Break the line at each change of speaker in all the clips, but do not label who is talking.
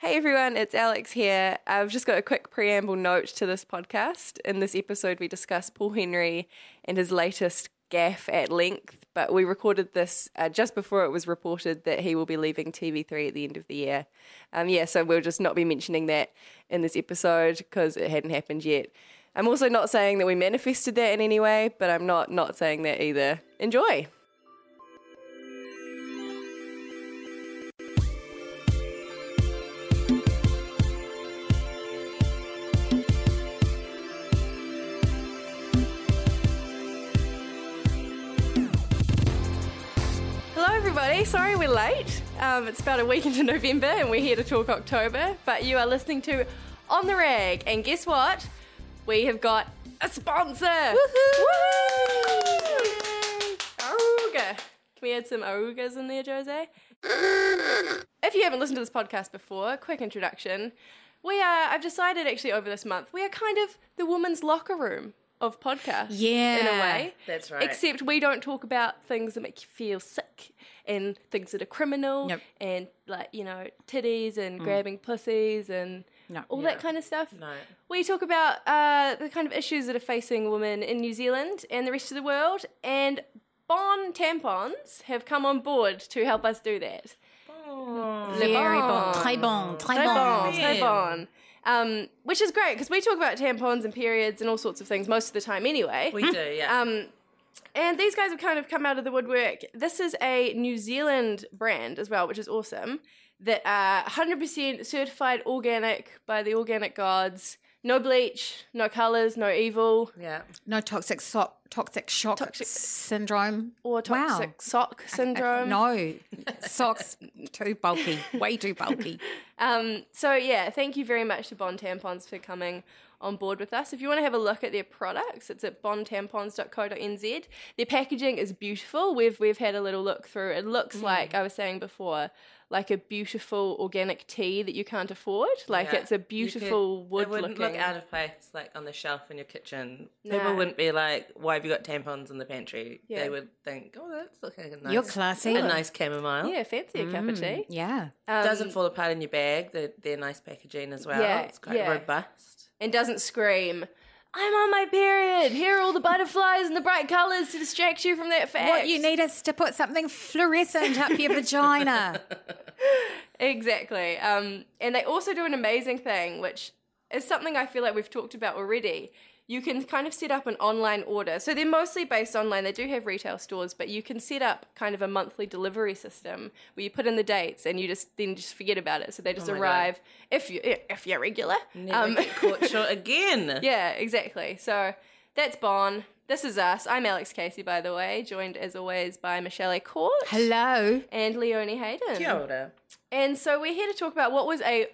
Hey everyone, it's Alex here. I've just got a quick preamble note to this podcast. In this episode, we discuss Paul Henry and his latest gaff at length, but we recorded this uh, just before it was reported that he will be leaving TV3 at the end of the year. Um, yeah, so we'll just not be mentioning that in this episode because it hadn't happened yet. I'm also not saying that we manifested that in any way, but I'm not not saying that either. Enjoy. Hello, everybody. Sorry we're late. Um, it's about a week into November and we're here to talk October, but you are listening to On the Rag. And guess what? We have got a sponsor. Woohoo! Aruga. Can we add some arugas in there, Jose? if you haven't listened to this podcast before, quick introduction. We are, I've decided actually over this month, we are kind of the women's locker room of podcasts. In a
Yeah.
way.
That's right.
Except we don't talk about things that make you feel sick and things that are criminal
Yep. Mm.
and like, you know, titties and grabbing pussies and
No.
all
Yeah.
that kind of stuff.
No.
We talk about uh, the kind of issues that are facing women in New Zealand and the rest of the world and Bon tampons have come on board to help us do that. Le
Very bon.
bon.
Très bon. Très
Très
bon.
Oh,
bon, très bon. Um, which is great because we talk about tampons and periods and all sorts of things most of the time anyway.
We do, yeah.
Um, and these guys have kind of come out of the woodwork. This is a New Zealand brand as well, which is awesome. That are 100% certified organic by the organic gods. No bleach, no colors, no evil,
yeah.
No toxic so- toxic shock syndrome
or toxic
Wow.
sock syndrome.
No, socks too bulky, way too bulky.
Um, so yeah, thank you very much to Bond Tampons for coming on board with us. If you want to have a look at their products, it's at bondtampons.co.nz. Their packaging is beautiful. We've we've had a little look through. It looks
Mm.
like I was saying before, like a beautiful organic tea that you can't afford. Like
Yeah.
it's a
You could-
beautiful wood
It wouldn't
looking.
look out of place, like on the shelf in your kitchen.
No.
People wouldn't be like, "Why have you got tampons in the pantry?"
Yeah.
They would think, "Oh, that's looking nice."
You're classy.
A nice chamomile.
yeah, fancy a cup of tea.
Mm.
Yeah.
Um,
Doesn't fall apart in your bag. They're, they're nice packaging as well.
Yeah,
It's quite
yeah.
robust.
and doesn't scream. I'm on my period. Here are all the butterflies and the bright colours to distract you from that fact.
What you need is to put something fluorescent up your vagina.
Exactly. Um, and they also do an amazing thing, which is something I feel like we've talked about already. You can kind of set up an online order. So they're mostly based online. They do have retail stores, but you can set up kind of a monthly delivery system where you put in the dates and you just then just forget about it. So they just
Oh my God.
arrive if you if you're regular. Um,
Never get caught short again.
yeah, exactly. So that's Bon. This is us. I'm Alex Casey, by the way, joined as always by Michelle A. Court
Hello.
and Leonie Hayden.
Kia ora.
And so we're here to talk about what was a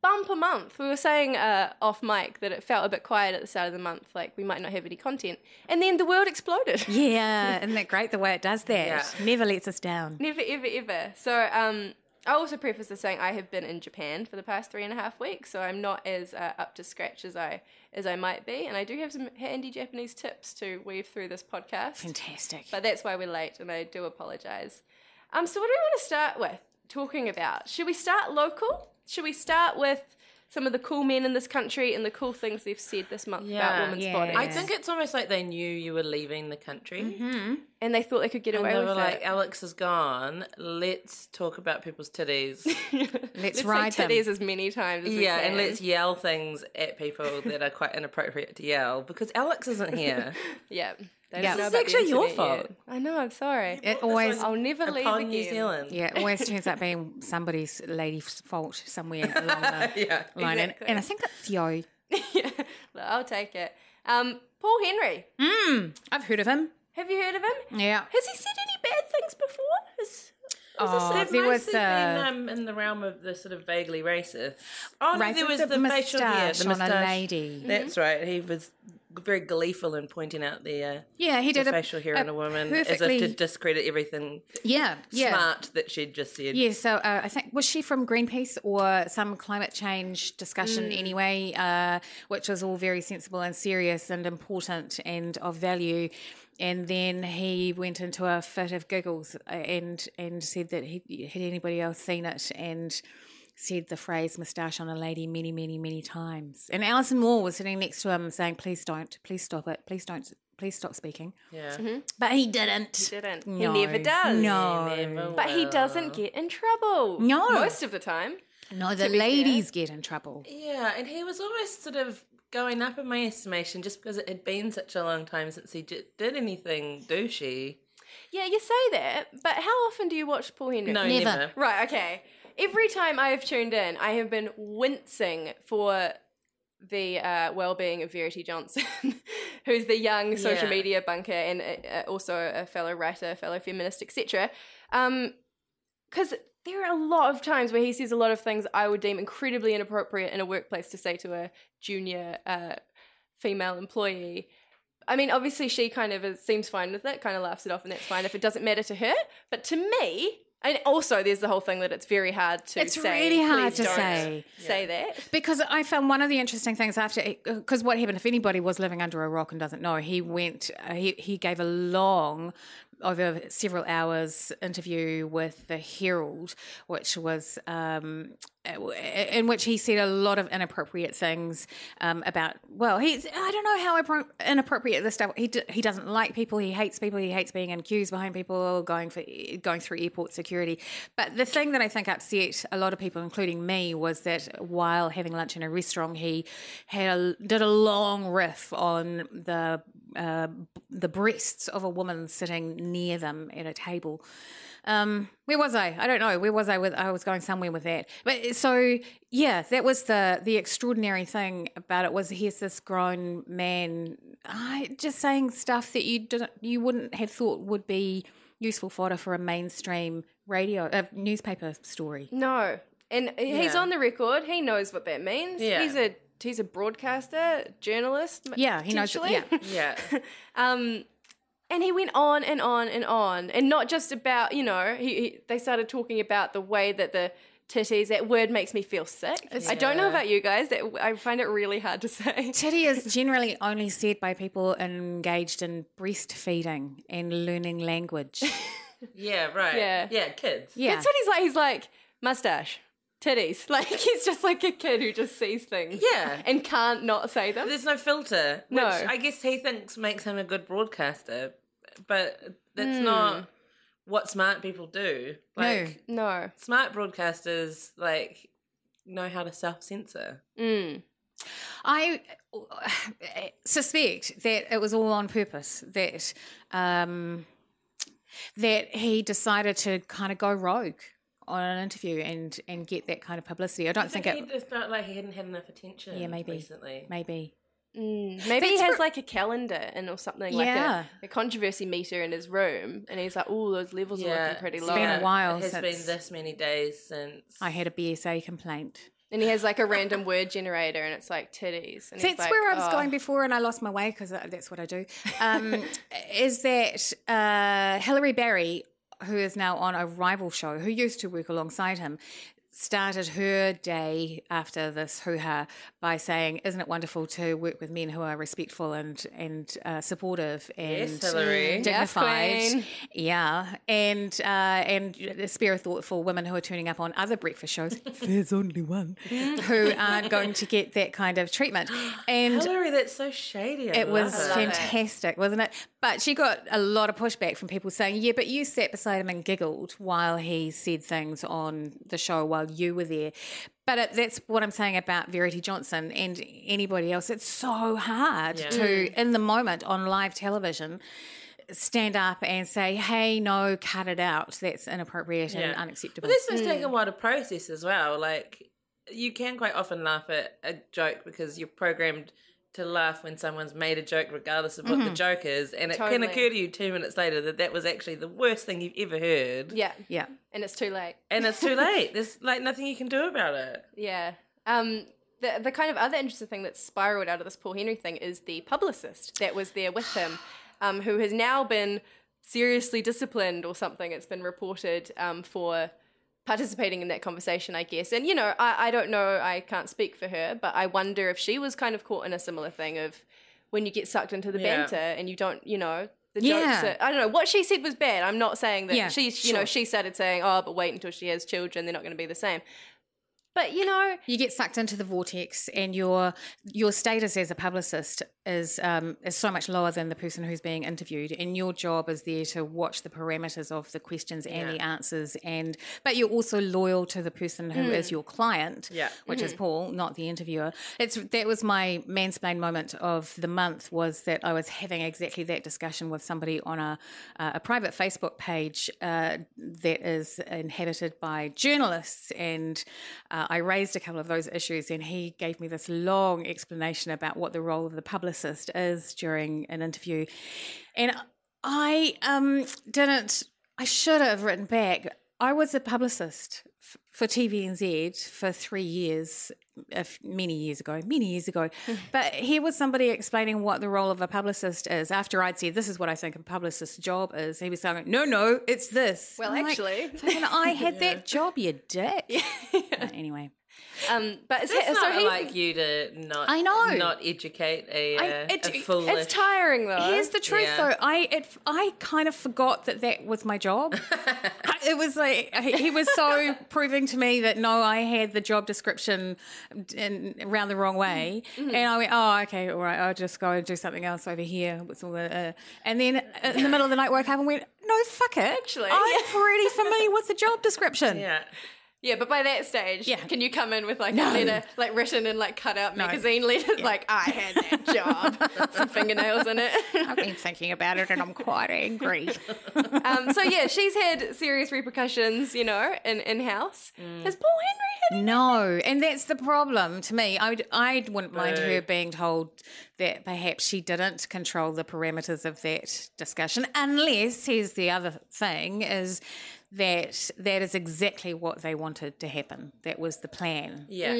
bumper month. We were saying uh, off mic that it felt a bit quiet at the start of the month, like we might not have any content. And then the world exploded.
Yeah, isn't that great the way it does that?
Yeah.
Never lets us down.
Never, ever, ever. So um, I also preface this saying I have been in Japan for the past three and a half weeks, so I'm not as uh, up to scratch as I as I might be. And I do have some handy Japanese tips to weave through this podcast.
Fantastic.
But that's why we're late, and I do apologise. Um, so what do we want to start with talking about? Should we start local? Should we start with some of the cool men in this country and the cool things they've said this month
Yeah.
about women's
Yeah.
bodies.
I think it's almost like they knew you were leaving the country.
and they thought they could get
And
away
they
with
were like,
Mm-hmm. it.
Alex is gone. Let's talk about people's titties.
Let's,
Let's
ride
say
them.
titties as many times as we
yeah,
can.
and let's yell things at people that are quite inappropriate to yell because Alex isn't here.
yeah. They don't know
Yeah. This
is
about the
actually your
internet yet.
fault.
I know. I'm sorry.
It always,
I'll never leave
Upon
again.
New Zealand.
yeah, it always turns out being somebody's lady's fault somewhere along the
Yeah.
line, and,
exactly.
and I think that's Theo.
yeah, Well, I'll take it. Um, Paul Henry.
I've heard of him.
Have you heard of him?
Yeah.
Has he said any bad things before? Has,
Oh,
They've
there was uh,
mostly been,
a
um, in the realm of the sort of vaguely racist. Oh, no, there
racist
was the, facial hair,
moustache
the
on a
moustache.
lady.
That's right. He was very gleeful in pointing out the, uh,
Yeah, he
the
did a
facial hair in a woman as if
perfectly-
to discredit everything
Yeah, yeah.
smart that she'd just said.
Yeah, so uh, I think was she from Greenpeace or some climate change discussion
Mm.
anyway, uh, which was all very sensible and serious and important and of value. And then he went into a fit of giggles uh, and and said that he had anybody else seen it and said the phrase "moustache on a lady" many, many, many times. And Alison Moore was sitting next to him saying, "Please don't, please stop it, please don't, please stop speaking."
Yeah.
But he didn't.
didn't.
No.
Mm-hmm. He never does.
No.
Never
But he doesn't get in trouble.
No.
Most of the time.
No, the ladies get in trouble.
Yeah, and he was almost sort of going up in my estimation just because it had been such a long time since he j- did anything douchey.
Yeah, you say that, but how often do you watch Paul Henry?
No,
Never.
never.
Right, okay. Every time I have tuned in, I have been wincing for the uh, well-being of Verity Johnson, who's the young social
Yeah.
media bunker and uh, uh, also a fellow writer, fellow feminist, Um, etc. Because there are a lot of times where he says a lot of things I would deem incredibly inappropriate in a workplace to say to a junior uh, female employee. I mean, obviously, she kind of is, seems fine with it, kind of laughs it off, and that's fine if it doesn't matter to her. But to me, and also there's the whole thing that it's very hard to
It's
say.
really hard
"Please
to
don't
say.
Say that.
Because I found one of the interesting things after, because what happened, if anybody was living under a rock and doesn't know, he went, uh, he, he gave a long, over several hours interview with the Herald, which was, um, in which he said a lot of inappropriate things um, about. Well, he's I don't know how appro- inappropriate this stuff. He d- he doesn't like people. He hates people. He hates being in queues behind people, going for going through airport security. But the thing that I think upset a lot of people, including me, was that while having lunch in a restaurant, he had a, did a long riff on the uh, the breasts of a woman sitting near them at a table. Um, where was I? I don't know. Where was I with? I was going somewhere with that. But so yeah, that was the the extraordinary thing about it was here's this grown man I, just saying stuff that you didn't you wouldn't have thought would be useful fodder for a mainstream radio uh, newspaper story.
No. And he's
Yeah.
on the record. He knows what that means.
Yeah.
He's a he's a broadcaster, journalist.
Yeah, he knows it,
potentially.
yeah.
Yeah.
Um, and he went on and on and on, and not just about you know. He, he they started talking about the way that the titties. That word makes me feel sick. I don't know about you guys. That I find it really hard to say.
Titty is generally only said by people engaged in breastfeeding and learning language.
yeah, right.
Yeah.
Yeah, kids.
Yeah,
That's what he's like. He's like mustache, titties. Like he's just like a kid who just sees things.
Yeah.
and can't not say them.
There's no filter, which
No.
I guess he thinks makes him a good broadcaster, but that's
Hmm.
not what smart people do. Like,
No.
smart broadcasters, like, know how to self censor.
Mm.
I suspect that it was all on purpose that um, that he decided to kind of go rogue on an interview and and get that kind of publicity. I don't think,
he
it
just felt like he hadn't had enough attention
Yeah, maybe.
recently.
maybe.
Maybe he
That's
has
pro-
like a calendar and or something
Yeah.
like a, a controversy meter in his room, and he's like, "Oh, those levels are looking pretty
it's
low."
been a while
It has
since-
been this many days since
I had a BSA complaint.
And he has like a random word generator, and it's like titties. And he's
That's
like,
where I was
"Oh."
going before, and I lost my way because that's what I do. Um, is that uh, Hilary Barry, who is now on a rival show, who used to work alongside him, started her day after this hoo ha by saying, "Isn't it wonderful to work with men who are respectful and and uh, supportive and
Yes, Hillary.
dignified?"
Yes, queen.
yeah, and uh, and spare a thought for women who are turning up on other breakfast shows. There's only one who aren't going to get that kind of treatment, and uh,
Hillary, that's so shady. I
it was
love
it.
fantastic, wasn't it? But she got a lot of pushback from people saying, "Yeah, but you sat beside him and giggled while he said things on the show while you were there." But it, that's what I'm saying about Verity Johnson and anybody else. It's so hard
Mm.
to, in the moment on live television, stand up and say, "Hey, no, cut it out. That's inappropriate and
Yeah.
unacceptable." Mm.
But this must take a while to process as well. Like you can quite often laugh at a joke because you're programmed to laugh when someone's made a joke, regardless of what
Mm-hmm.
the joke is, and it can
Totally.
occur to you two minutes later that that was actually the worst thing you've ever heard.
Yeah.
yeah,
And it's too late.
and it's too late. There's like nothing you can do about it.
Yeah. Um, the, the kind of other interesting thing that spiraled out of this Paul Henry thing is the publicist that was there with him, um, who has now been seriously disciplined or something. It's been reported um, for participating in that conversation, I guess. And, you know, I, I don't know, I can't speak for her, but I wonder if she was kind of caught in a similar thing of when you get sucked into the
Yeah.
banter and you don't, you know, the
Yeah.
jokes are, I don't know. What she said was bad. I'm not saying that
Yeah,
she's, you know,
sure.
she started saying, oh, but wait until she has children, they're not going to be the same. But, you know,
you get sucked into the vortex, and your your status as a publicist is um, is so much lower than the person who's being interviewed, and your job is there to watch the parameters of the questions and the answers, and but you're also loyal to the person who is your client,
Yeah.
which is Paul, not the interviewer. It's that was my mansplain moment of the month was that I was having exactly that discussion with somebody on a uh, a private Facebook page uh, that is inhabited by journalists, and uh, I raised a couple of those issues, and he gave me this long explanation about what the role of the publicist is during an interview, and I um, didn't. I should have written back. I was a publicist f- for TVNZ for three years, a f- many years ago, many years ago.
Hmm.
but here was somebody explaining what the role of a publicist is. After I'd said, "This is what I think a publicist's job is," he was saying, "No, no, it's this."
Well,
I'm like,
actually.
"Fucking I had that job, you dick. Uh, anyway,
Um, but it's,
It's
so
not
he's,
like you to not.
I know.
not educate a,
I-
uh,
it-
a
it's
foolish.
it's tiring though.
Here's the truth,
Uh, Yeah.
though. I it, I kind of forgot that that was my job. I- it was like he he was so proving to me that no, I had the job description in, around the wrong
Mm-hmm.
way, and I went, oh, okay, all right, I'll just go and do something else over here. What's all the? Uh, and then in the middle of the night, woke up and went, no, fuck it.
Actually,
I'm pretty familiar with the job description.
yeah.
yeah, but by that stage,
Yeah.
can you come in with like a
No.
letter, like written in like cut out magazine letters, like I had that job, some fingernails in it.
I've been thinking about it, and I'm quite angry.
um, so yeah, she's had serious repercussions, you know, in in house. Has Paul Henry had?
No, and that's the problem to me. I would, I wouldn't mind her being told that perhaps she didn't control the parameters of that discussion, unless here's the other thing is that that is exactly what they wanted to happen. That was the plan.
Yeah.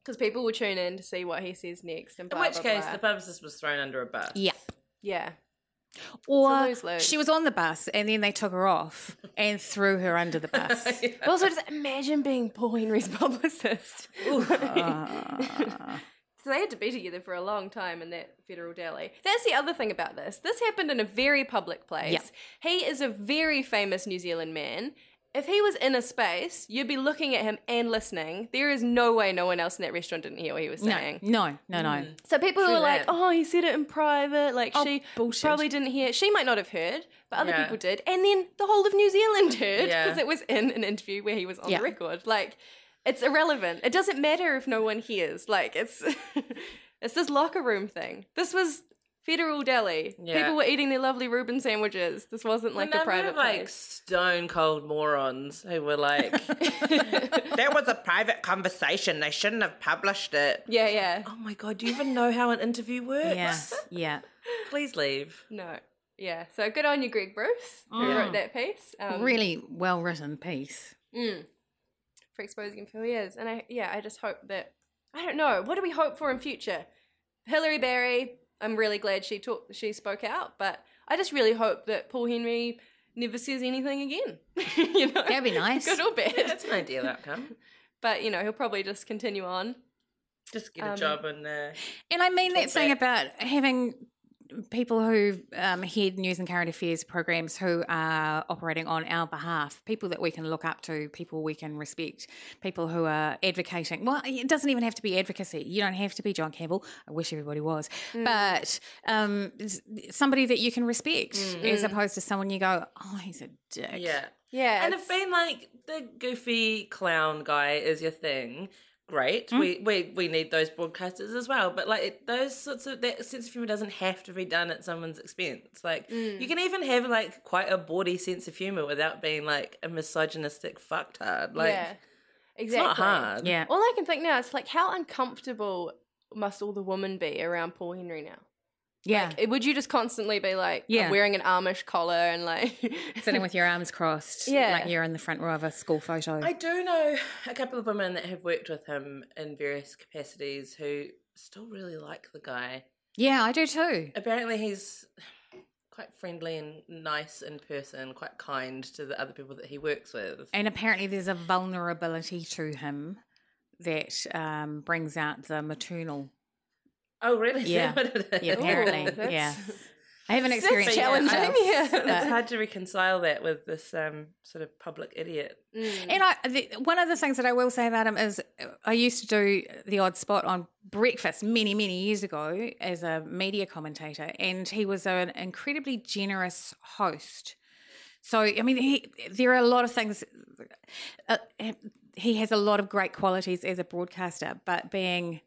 Because people will tune in to see what he says next. And
In
blah,
which
blah,
case,
blah.
the publicist was thrown under a bus.
Yeah.
yeah,
Or
lose-lose.
she was on the bus and then they took her off and threw her under the bus.
But also, just imagine being Paul Henry's publicist. so they had to be together for a long time in that federal deli. That's the other thing about this. This happened in a very public place. He is a very famous New Zealand man. If he was in a space, you'd be looking at him and listening. There is no way no one else in that restaurant didn't hear what he was
No,
saying. Mm.
no, no, no.
So people who
True
are like,
that.
"Oh, he said it in private." Like
Oh,
she
bullshit.
probably didn't hear. She might not have heard, but other
Yeah.
people did, and then the whole of New Zealand heard
Yeah.
because it was in an interview where he was on
Yeah.
the record. Like, it's irrelevant. It doesn't matter if no one hears. Like, it's it's this locker room thing. This was Federal Deli.
Yeah.
People were eating their lovely Reuben sandwiches. This wasn't like
the
a
number
private
of, like
place.
stone cold morons who were like, "That was a private conversation. They shouldn't have published it."
Yeah, yeah.
Oh my god! Do you even know how an interview works?
Yeah, yeah.
Please leave.
No. Yeah. So good on you, Greg Bruce, who
Mm.
wrote that piece. Um,
Really well written piece.
for exposing him for who he is. And I, yeah, I just hope that I don't know. What do we hope for in future? Hillary Barry. I'm really glad she talked. She spoke out, but I just really hope that Paul Henry never says anything again. you know,
That'd be nice.
good or bad.
That's an ideal outcome.
But you know, he'll probably just continue on.
Just get a
Um,
job and uh,
And I mean that
Talk
thing
back.
about having people who um, head news and current affairs programs who are operating on our behalf, people that we can look up to, people we can respect, people who are advocating. Well, it doesn't even have to be advocacy. You don't have to be John Campbell. I wish everybody was, but um, s- somebody that you can respect, as opposed to someone you go, oh, he's a dick.
yeah.
Yeah,
And if being like the goofy clown guy is your thing, great.
Mm.
We, we we need those broadcasters as well. But like it, those sorts of that sense of humor doesn't have to be done at someone's expense. Like
Mm.
you can even have like quite a bawdy sense of humor without being like a misogynistic fucktard. Like
yeah,
it's
exactly.
not hard.
Yeah.
All I can think now is like, how uncomfortable must all the women be around Paul Henry now?
yeah.
Like, would you just constantly be like
Yeah.
wearing an Amish collar and like
Sitting with your arms crossed,
Yeah.
like you're in the front row of a school photo.
I do know a couple of women that have worked with him in various capacities who still really like the guy.
yeah, I do too.
apparently he's quite friendly and nice in person, quite kind to the other people that he works with.
And apparently, there's a vulnerability to him that um, brings out the maternal.
oh, really? Is that
Yeah.
what it is?
Yeah, apparently.
that's-
yeah. I haven't
That's
experienced that
challenging,
myself.
It's
yeah.
hard to reconcile that with this um, sort of public idiot.
Mm.
And I, the, one of the things that I will say about him is uh, I used to do the odd spot on breakfast many, many years ago as a media commentator, and he was an incredibly generous host. So, I mean, he, there are a lot of things. Uh, he has a lot of great qualities as a broadcaster, but being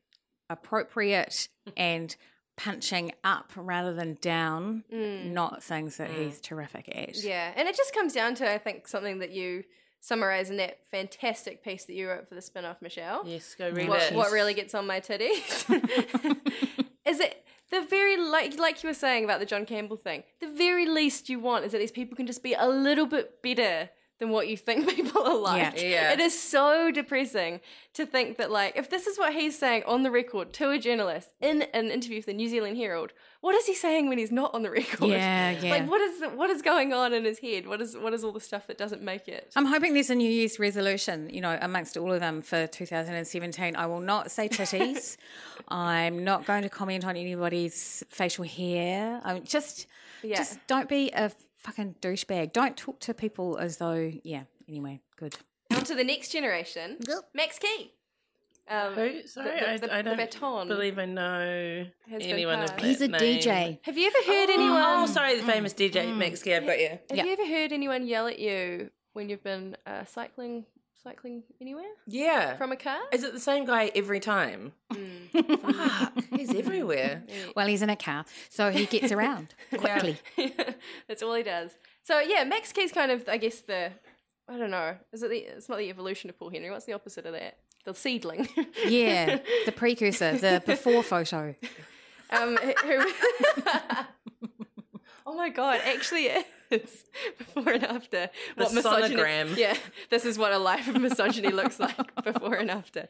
appropriate and punching up rather than down, not things that he's terrific at.
Yeah, and it just comes down to I think something that you summarize in that fantastic piece that you wrote for the spin-off, Michelle.
Yes, go read
What,
it.
what really gets on my titties is it the very like like you were saying about the John Campbell thing. The very least you want is that these people can just be a little bit better than what you think people are like.
Yeah.
It is so depressing to think that like if this is what he's saying on the record to a journalist in an interview for the New Zealand Herald, what is he saying when he's not on the record?
Yeah, yeah.
Like what is what is going on in his head? What is what is all the stuff that doesn't make it?
I'm hoping there's a New Year's resolution, you know, amongst all of them for 2017. I will not say titties. I'm not going to comment on anybody's facial hair. I'm just,
Yeah.
just don't be a fucking douchebag. Don't talk to people as though, yeah. Anyway, good.
on to the next generation. Max Key. Um,
Who? Sorry,
the-
I,
the-
I
the
don't
baton.
believe I know
Has been
anyone of
passed.
that
He's a
name.
DJ.
Have you ever heard anyone?
Oh, sorry, the famous DJ Max. Yeah, I've got you.
Have
Yeah.
you ever heard anyone yell at you when you've been uh, cycling, cycling anywhere
Yeah.
from a car?
Is it the same guy every time?
Mm.
Fuck, he's everywhere.
Well, he's in a car, so he gets around quickly.
That's all he does. So yeah, Max Key's kind of, I guess the, I don't know, is it the? It's not the evolution of Paul Henry. What's the opposite of that? The seedling.
Yeah. the precursor, the before photo.
um, who, oh my god, actually it is before and after.
The
misogyny-
sonogram.
Yeah, this is what a life of misogyny looks like before and after.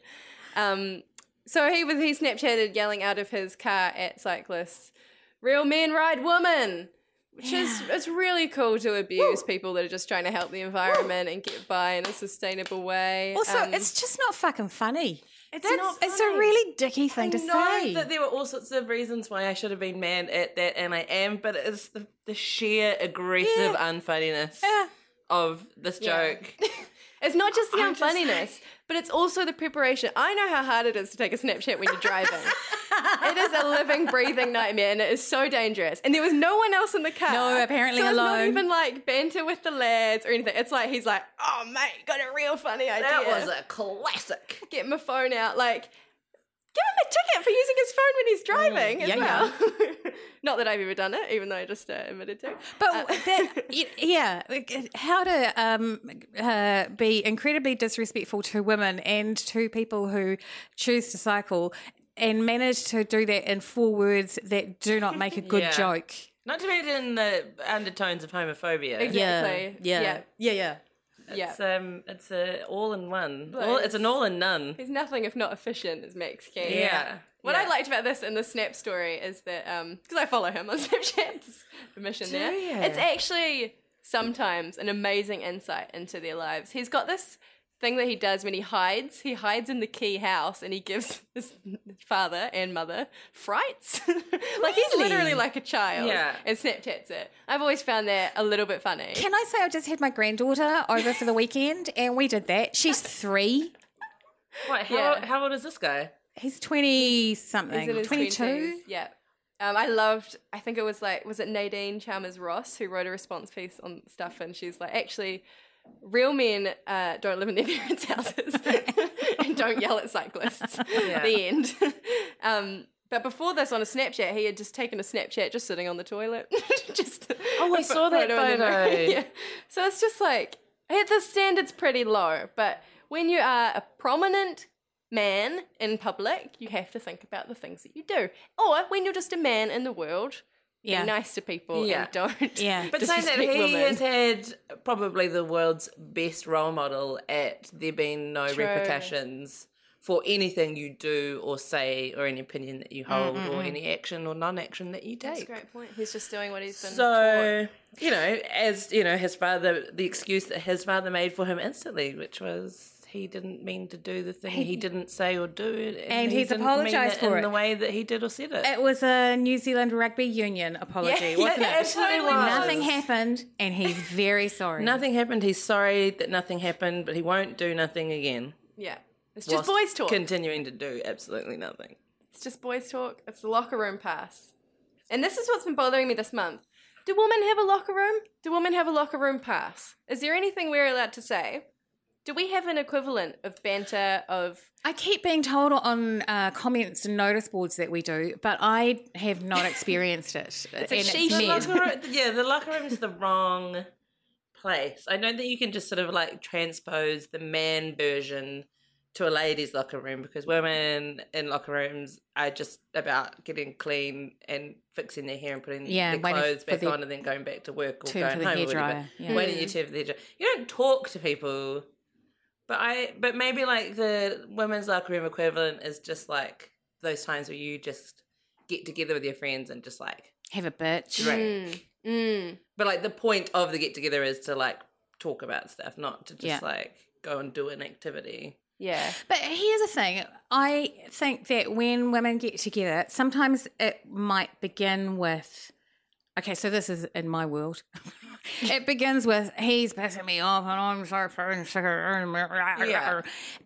Um, so he was he Snapchatted yelling out of his car at cyclists, "Real men ride women." Which is it's really cool to abuse people that are just trying to help the environment and get by in a sustainable way.
Also,
Um,
it's just not fucking funny. It's
not
It's a
funny.
really dicky thing to
know
say.
that there were all sorts of reasons why I should have been mad at that, and I am, but it's the, the sheer aggressive unfunniness of this joke.
It's not just the
I'm just
unfunniness, but it's also the preparation. I know how hard it is to take a Snapchat when you're driving. it is a living, breathing nightmare, and it is so dangerous. And there was no one else in the car.
No, apparently
so It's not
alone.
even like banter with the lads or anything. It's like he's like, "Oh mate, got a real funny idea."
That was a classic.
Get my phone out, like. Give him a ticket for using his phone when he's driving as
Mm, yeah,
well. Not that I've ever done it, even though I just uh, admitted to.
But that, y- yeah, like, uh, how to um, uh, be incredibly disrespectful to women and to people who choose to cycle and manage to do that in four words that do not make a good
Yeah.
joke.
Not to mention the undertones of homophobia.
Exactly. Yeah.
yeah, yeah.
Yeah.
It's um, it's a all in one. All, it's an all in none.
He's nothing if not efficient, is Max King.
Yeah.
What I
Yeah.
liked about this in the Snap um, story is that because I follow him on Snapchat, it's the mission there.
ya?
It's actually sometimes an amazing insight into their lives. He's got this thing that he does when he hides. He hides in the key house and he gives his father and mother frights. like he's literally like a child.
Yeah.
And Snapchats it. I've always found that a little bit funny.
Can I say I just had my granddaughter over for the weekend and we did that. She's three.
Wait, how,
Yeah.
old, how old is this guy?
He's twenty something.
He's in his
Twenty
20s.
two.
Yeah. Um, I loved, I think it was like, was it Nadine Chalmers Ross who wrote a response piece on stuff? And she's like, actually, real men uh, don't live in their parents' houses and don't yell at cyclists.
Yeah.
The end. um, but before this, on a Snapchat, he had just taken a Snapchat just sitting on the toilet. just
Oh, I
a
saw that
in the
photo.
mirror. yeah. So it's just like, at the standard's pretty low, but when you are a prominent man in public, you have to think about the things that you do. Or when you're just a man in the world,
Yeah.
be nice to people
Yeah.
and don't.
Yeah.
But saying that
disrespect
he
women.
has had probably the world's best role model at there being no
True.
repercussions for anything you do or say or any opinion that you hold or any action or non-action that you
That's a
take.
great point. He's just doing what he's been taught.
So you know, as you know, his father, the excuse that his father made for him instantly, which was he didn't mean to do the thing he, didn't say or do, and,
And he's
didn't mean
apologised
it
for
in
it.
the way that he did or said it.
It was a New Zealand Rugby Union apology,
Yeah,
wasn't
yeah,
it?
absolutely
was.
Nothing happened, and he's very sorry.
Nothing happened. He's sorry that nothing happened, but he won't do nothing again.
Yeah. It's just
whilst
boys talk.
Continuing to do absolutely nothing.
It's just boys talk. It's the locker room pass. And this is what's been bothering me this month. Do women have a locker room? Do women have a locker room pass? Is there anything we're allowed to say? Do we have an equivalent of banter of
I keep being told on uh, comments and notice boards that we do, but I have not experienced it. it's
a she
The
shed.
locker room, yeah, the locker room is the wrong place. I don't think you can just sort of like transpose the man version to a ladies' locker room because women in locker rooms are just about getting clean and fixing their hair and putting
Yeah,
their
and waiting
clothes
for
back
the
on and then going back to work or
turn
going
for the
home or
hairdryer,
whatever.
yeah.
Waiting your turn for the hairdryer. You don't talk to people. But I, but maybe like the women's locker room equivalent is just like those times where you just get together with your friends and just like
Have a bitch.
drink.
mm,
But like the point of the get together is to like talk about stuff, not to just
Yeah.
like go and do an activity.
yeah.
But here's the thing I think that when women get together, sometimes it might begin with. Okay, so this is in my world. it begins with he's pissing me off and I'm so fucking sick of him."
Yeah.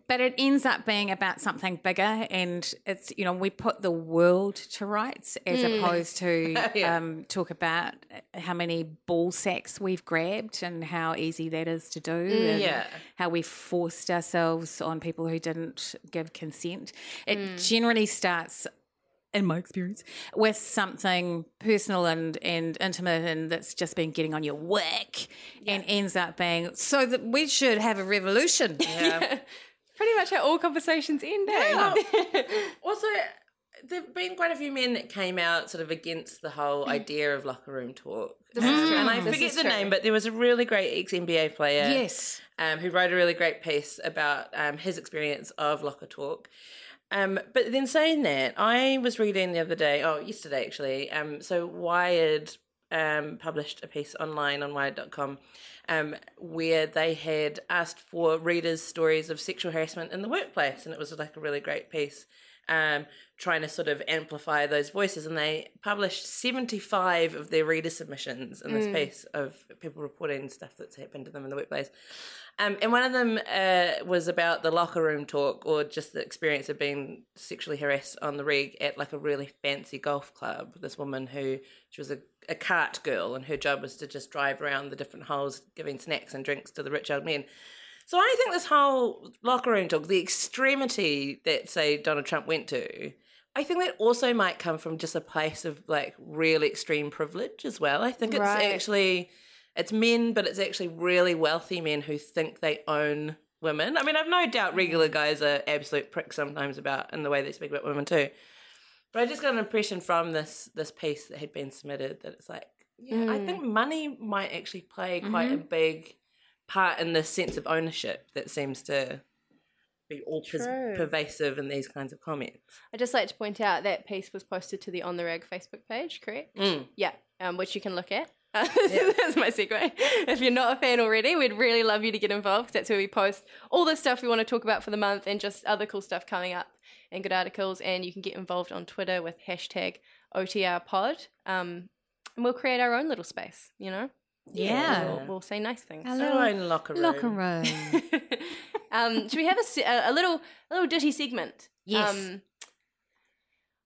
But it ends up being about something bigger and it's you know, we put the world to rights as opposed to
Mm. Yeah.
um, talk about how many ball sacks we've grabbed and how easy that is to do. and
Yeah.
how we forced ourselves on people who didn't give consent. It
Hmm.
generally starts, in my experience, with something personal and, and intimate and that's just been getting on your work and ends up being so that we should have a revolution.
Yeah.
Pretty much how all conversations end. eh?
also, there've been quite a few men that came out sort of against the whole idea of locker room talk. And I forget
Mm. is
the
true.
name, but there was a really great ex NBA player.
Yes.
um, who wrote a really great piece about um, his experience of locker talk. Um, but then saying that, I was reading the other day, oh, yesterday actually. Um, so Wired um, published a piece online on wired.com um, where they had asked for readers' stories of sexual harassment in the workplace. And it was like a really great piece um, trying to sort of amplify those voices. And they published 75 of their reader submissions in this piece of people reporting stuff that's happened to them in the workplace. Um, and one of them uh, was about the locker room talk or just the experience of being sexually harassed on the rig at like a really fancy golf club. This woman who she was a, a cart girl and her job was to just drive around the different holes giving snacks and drinks to the rich old men. So I think this whole locker room talk, the extremity that say Donald Trump went to, I think that also might come from just a place of like real extreme privilege as well. I think it's
Right.
actually it's men, but it's actually really wealthy men who think they own women. I mean, I've no doubt regular guys are absolute pricks sometimes about in the way they speak about women too. But I just got an impression from this this piece that had been submitted that it's like, yeah, I think money might actually play quite a big part in the sense of ownership that seems to be all pers-
True.
pervasive in these kinds of comments.
I'd just like to point out that piece was posted to the On the Rag Facebook page, correct?
Mm.
Yeah, um, which you can look at. Uh, that's my segue. If you're not a fan already, we'd really love you to get involved 'cause that's where we post all the stuff we want to talk about for the month and just other cool stuff coming up and good articles. And you can get involved on Twitter with hashtag OTRpod. Um, and we'll create our own little space, you know?
Yeah.
We'll, we'll say nice things.
Our
Our own locker room.
Locker room.
um, should we have a, se- a, a little a little ditty segment?
Yes.
Um,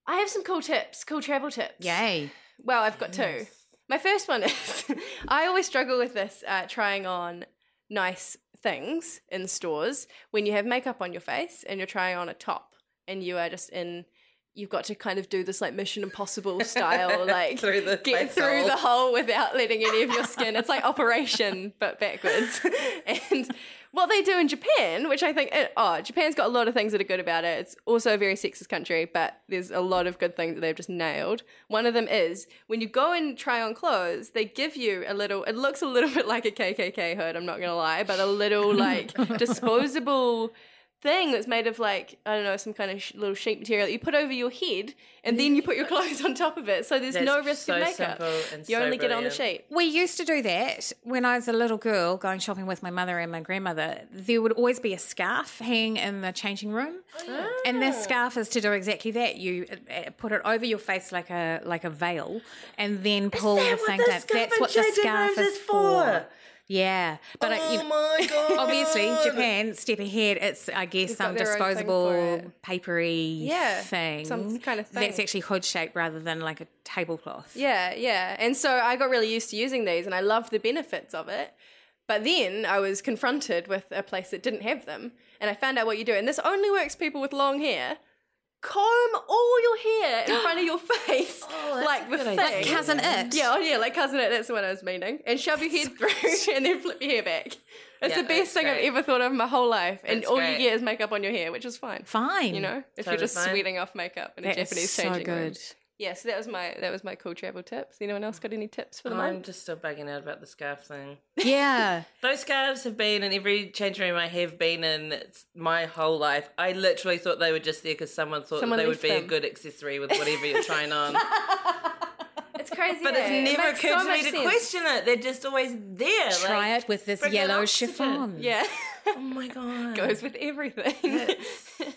I have some cool tips, cool travel tips.
Yay.
Well, I've got two. My first one is I always struggle with this uh, trying on nice things in stores when you have makeup on your face and you're trying on a top and you are just in. You've got to kind of do this like Mission Impossible style, like
Through the
get
face
through
hole.
the hole without letting any of your skin. It's like Operation but backwards. and what they do in Japan, which I think, eh, oh, Japan's got a lot of things that are good about it. It's also a very sexist country, but there's a lot of good things that they've just nailed. One of them is when you go and try on clothes, they give you a little. It looks a little bit like a KKK hood. I'm not gonna lie, but a little like disposable thing that's made of like I don't know some kind of sh- little sheet material that you put over your head, and then you put your clothes on top of it. So there's
That's
no risk
so
of makeup.
simple and
you
so
only get it on the
brilliant.
sheet.
We used to do that when I was a little girl going shopping with my mother and my grandmother. There would always be a scarf hanging in the changing room.
Oh.
And this scarf is to do exactly that. You uh, uh, put it over your face like a like a veil and then pull
that
the
what
thing
the
down.
scarf
That's
in
what the
changing
scarf
rooms
is
is
for.
for?
Yeah. But
Oh
I, you know,
my god!
obviously Japan step ahead. It's I guess some
got their own thing for
disposable
it.
papery
Yeah,
thing.
some kind of
That's
thing.
actually hood shaped rather than like a tablecloth.
Yeah, yeah. And so I got really used to using these, and I loved the benefits of it. But then I was confronted with a place that didn't have them, and I found out what you do. And this only works people with long hair. Comb all your hair in front of your face,
Oh,
like the thing.
Like cousin it.
Yeah, oh yeah, like cousin it. That's the one I was meaning. And shove your head through, and then flip your hair back. It's the
Yeah,
best
that's
thing
great.
I've ever thought of in my whole life. And
That's
all you
great.
get is makeup on your hair, which is fine.
Fine.
You know, if you're
Totally
just
fine.
sweating off makeup in a
That is
Japanese
so
changing room.
good.
Yeah, so that was my that was my cool travel tips. Anyone else got any tips for the
I'm
month?
just still bugging out about the scarf thing.
Yeah.
Those scarves have been in every change room I have been in s- my whole life. I literally thought they were just there because someone thought
Someone
that they would
left
be
them.
a good accessory with whatever you're trying on.
It's crazy,
But
eh?
it's never
makes so
occurred to me
much
to
sense.
question it. They're just always there.
Try
like,
it with this
bring it
yellow
up to them.
chiffon.
Yeah,
Oh my god.
goes with everything.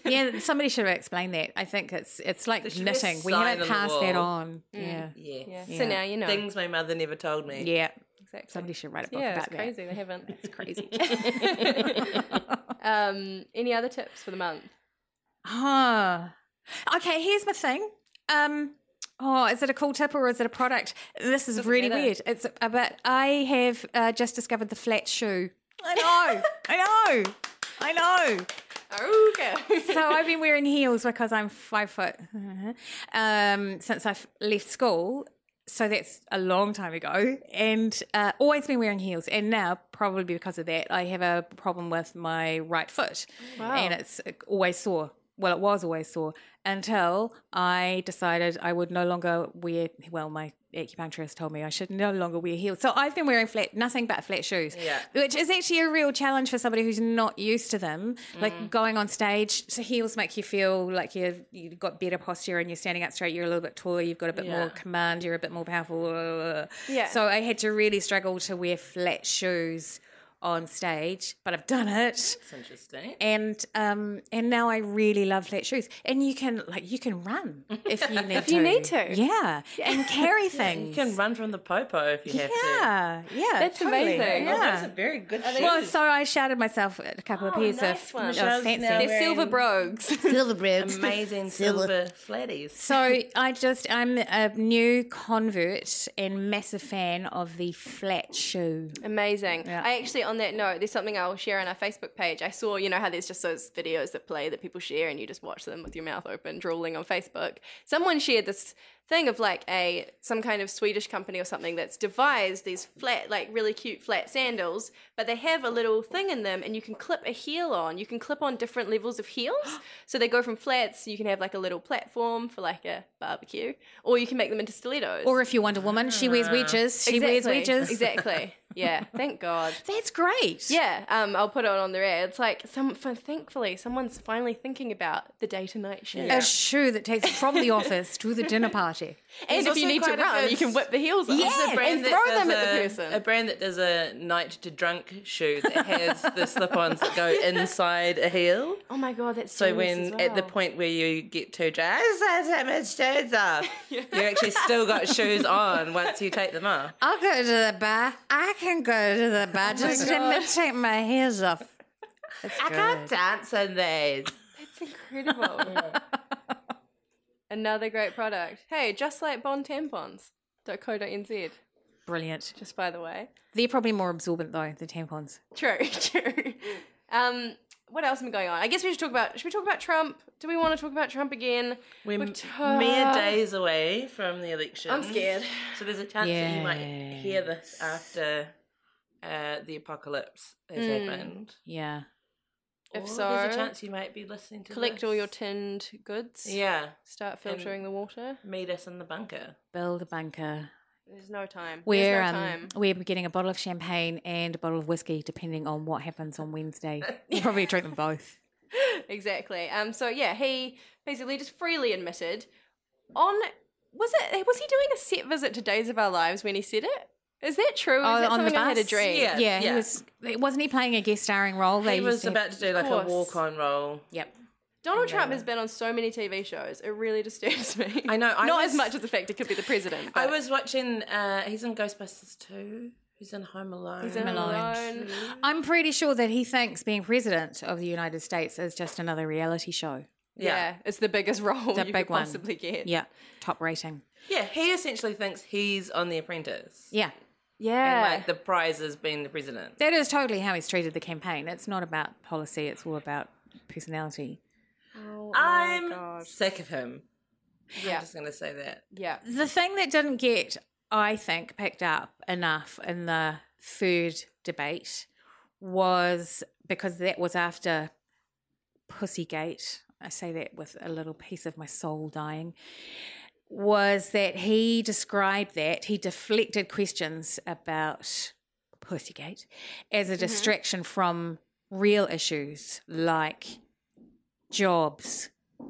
Yeah, somebody should have explained that. I think it's it's like
There should be a
knitting. We
sign
haven't
on the
passed that
wall.
on. Yeah.
yeah.
yeah.
Yeah.
So now you know.
Things my mother never told me.
Yeah.
exactly.
Somebody should write a book
yeah,
about
it's crazy. They haven't.
that. It's crazy.
um, any other tips for the month?
Huh. Okay, here's my thing. Um, oh, is it a cool tip or is it a product? This is really
matter.
weird. It's about I have uh, just discovered the flat shoe. I know. I know. I know.
Aruga.
So I've been wearing heels because I'm five foot uh-huh, um, since I've left school. So that's a long time ago, and uh, always been wearing heels. And now, probably because of that, I have a problem with my right foot, and it's uh, always sore. Well, it was always sore until I decided I would no longer wear. Well, my acupuncturist told me I should no longer wear heels, so I've been wearing flat, nothing but flat shoes
Yeah.
which is actually a real challenge for somebody who's not used to them. Like going on stage, so heels make you feel like you've you've got better posture and you're standing up straight. You're a little bit taller. You've got a bit more command. You're a bit more powerful. blah, blah, blah.
Yeah.
So I had to really struggle to wear flat shoes on stage, but I've done it
It's interesting.
and um and now I really love flat shoes. And you can like you can run if you need if to.
you need to.
yeah, and carry
You
things.
can run from the popo if you have to.
yeah, yeah,
That's amazing.
Yeah.
That's a very good shoe.
Well, so I shouted myself a couple of pairs
nice
of,
one.
of
Michelle's now
fancy.
They're silver brogues.
Silver bread.
Amazing silver flatties.
So I just I'm a new convert and massive fan of the flat shoe.
Amazing. I actually, on that note, there's something I'll share on our Facebook page. I saw, you know, how there's just those videos that play that people share and you just watch them with your mouth open, drooling on Facebook. Someone shared this thing of like a some kind of Swedish company or something that's devised these flat, like really cute flat sandals, but they have a little thing in them and you can clip a heel on. You can clip on different levels of heels. so they go from flats, you can have like a little platform for like a barbecue, or you can make them into stilettos.
Ah.
Or if you're Wonder Woman, she wears wedges. She wears wedges.
Exactly. Yeah. Thank God.
That's great.
Yeah, um, I'll put it on their air. It's like some. Thankfully, someone's finally thinking about the day tonight show.
A shoe that takes from the office to the dinner party.
And if
There's
you
also
need to
quite a
run,
good-
you can whip the heels off.
Yeah,
There's a brand
and
that
throw
does
them at the
a-
person.
A brand that does a night to drunk shoe that has the slip-ons that go inside a heel.
oh my god, that's
So
genius
when
as
at the
well.
point where you get too drunk, I just had my shoes off. You actually still got shoes on once you take them off.
I'll go to the bar. I can go to the bar. Just let me take my hairs off.
Oh I can't dance in these.
It's incredible. Another great product. Hey, just like Bond tampons. .co.nz.
Brilliant.
Just by the way.
They're probably more absorbent though, the tampons.
True, true. Um, what else am going on? I guess we should talk about. Should we talk about Trump? Do we want to talk about Trump again?
We're
We're
m-
tired.
mere days away from the election.
I'm scared.
So there's a chance that you might
Yes.
hear this after uh, the apocalypse has happened.
Yeah.
If
Or
so,
there's a chance you might be listening to
collect all
this.
your tinned goods.
Yeah,
Start filtering the water.
meet us in the bunker.
Build a bunker.
There's no time.
We're
There's no
um,
time.
we're getting a bottle of champagne and a bottle of whiskey, depending on what happens on Wednesday. We'll probably drink them both.
Exactly. Um. So yeah, he basically just freely admitted on was it was he doing a set visit to Days of Our Lives when he said it? Is that true? Is
Oh,
that
on the
something I had a
bus?
dream?
Yeah.
Yeah, he was. Wasn't he playing a guest starring role? They
He
used
was
to have-
about to do like a
course.
walk-on role.
Yep.
Donald Trump has been on so many TV shows. It really disturbs me.
I know, I
Not
was-
as much as the fact it could be the president.
I
but
was watching. Uh, he's in Ghostbusters two. He's in Home Alone.
he's in
Malone.
Malone.
I'm pretty sure that he thinks being president of the United States is just another reality show.
Yeah.
Yeah.
it's the biggest role
The
you
big
could
one.
possibly get.
Yeah. Top rating.
yeah, he essentially thinks he's on The Apprentice.
Yeah.
yeah.
Like the prize has been the president.
That is totally how he's treated the campaign. It's not about policy, it's all about personality.
Oh I'm sick of him.
yeah,
I'm just gonna say that.
yeah.
The thing that didn't get, I think, picked up enough in the food debate was because that was after Pussygate. I say that with a little piece of my soul dying. Was that he described that he deflected questions about Pussygate as a distraction from real issues like jobs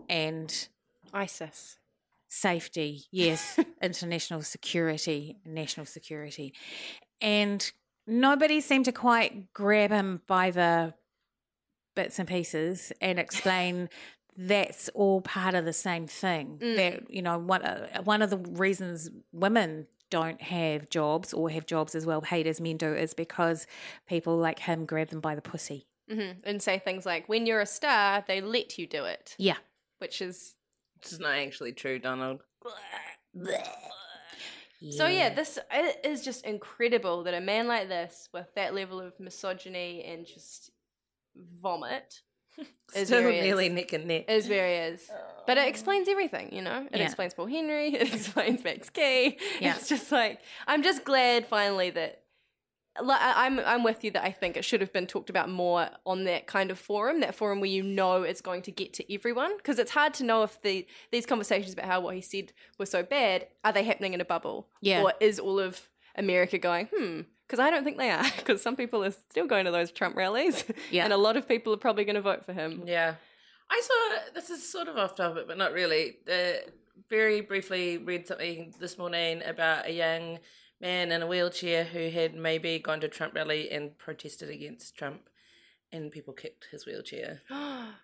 and
ISIS.
safety, yes, international security, national security. And nobody seemed to quite grab him by the bits and pieces and explain that's all part of the same thing. That, you know, one, uh, one of the reasons women don't have jobs or have jobs as well paid as men do is because people like him grab them by the pussy.
Mhm. And say things like, "When you're a star, they let you do it,"
Yeah.
which is
Which is not actually true, Donald.
So yeah, this it is just incredible that a man like this, with that level of misogyny and just vomit, is
Still
where he
nearly
is.
neck and neck.
Is where he is. But it explains everything, you know. It
Yeah.
explains Paul Henry. It explains Max Key.
Yeah.
It's just like I'm just glad finally that. like, I- I'm I'm with you that I think it should have been talked about more on that kind of forum, that forum where you know it's going to get to everyone, because it's hard to know if the these conversations about how what he said was so bad are they happening in a bubble,
Yeah.
or is all of America going hmm? Because I don't think they are, because some people are still going to those Trump rallies,
Yeah.
and a lot of people are probably going to vote for him.
Yeah. I saw this is sort of off topic, but not really. Uh, very briefly read something this morning about a young man in a wheelchair who had maybe gone to a Trump rally and protested against Trump and people kicked his wheelchair.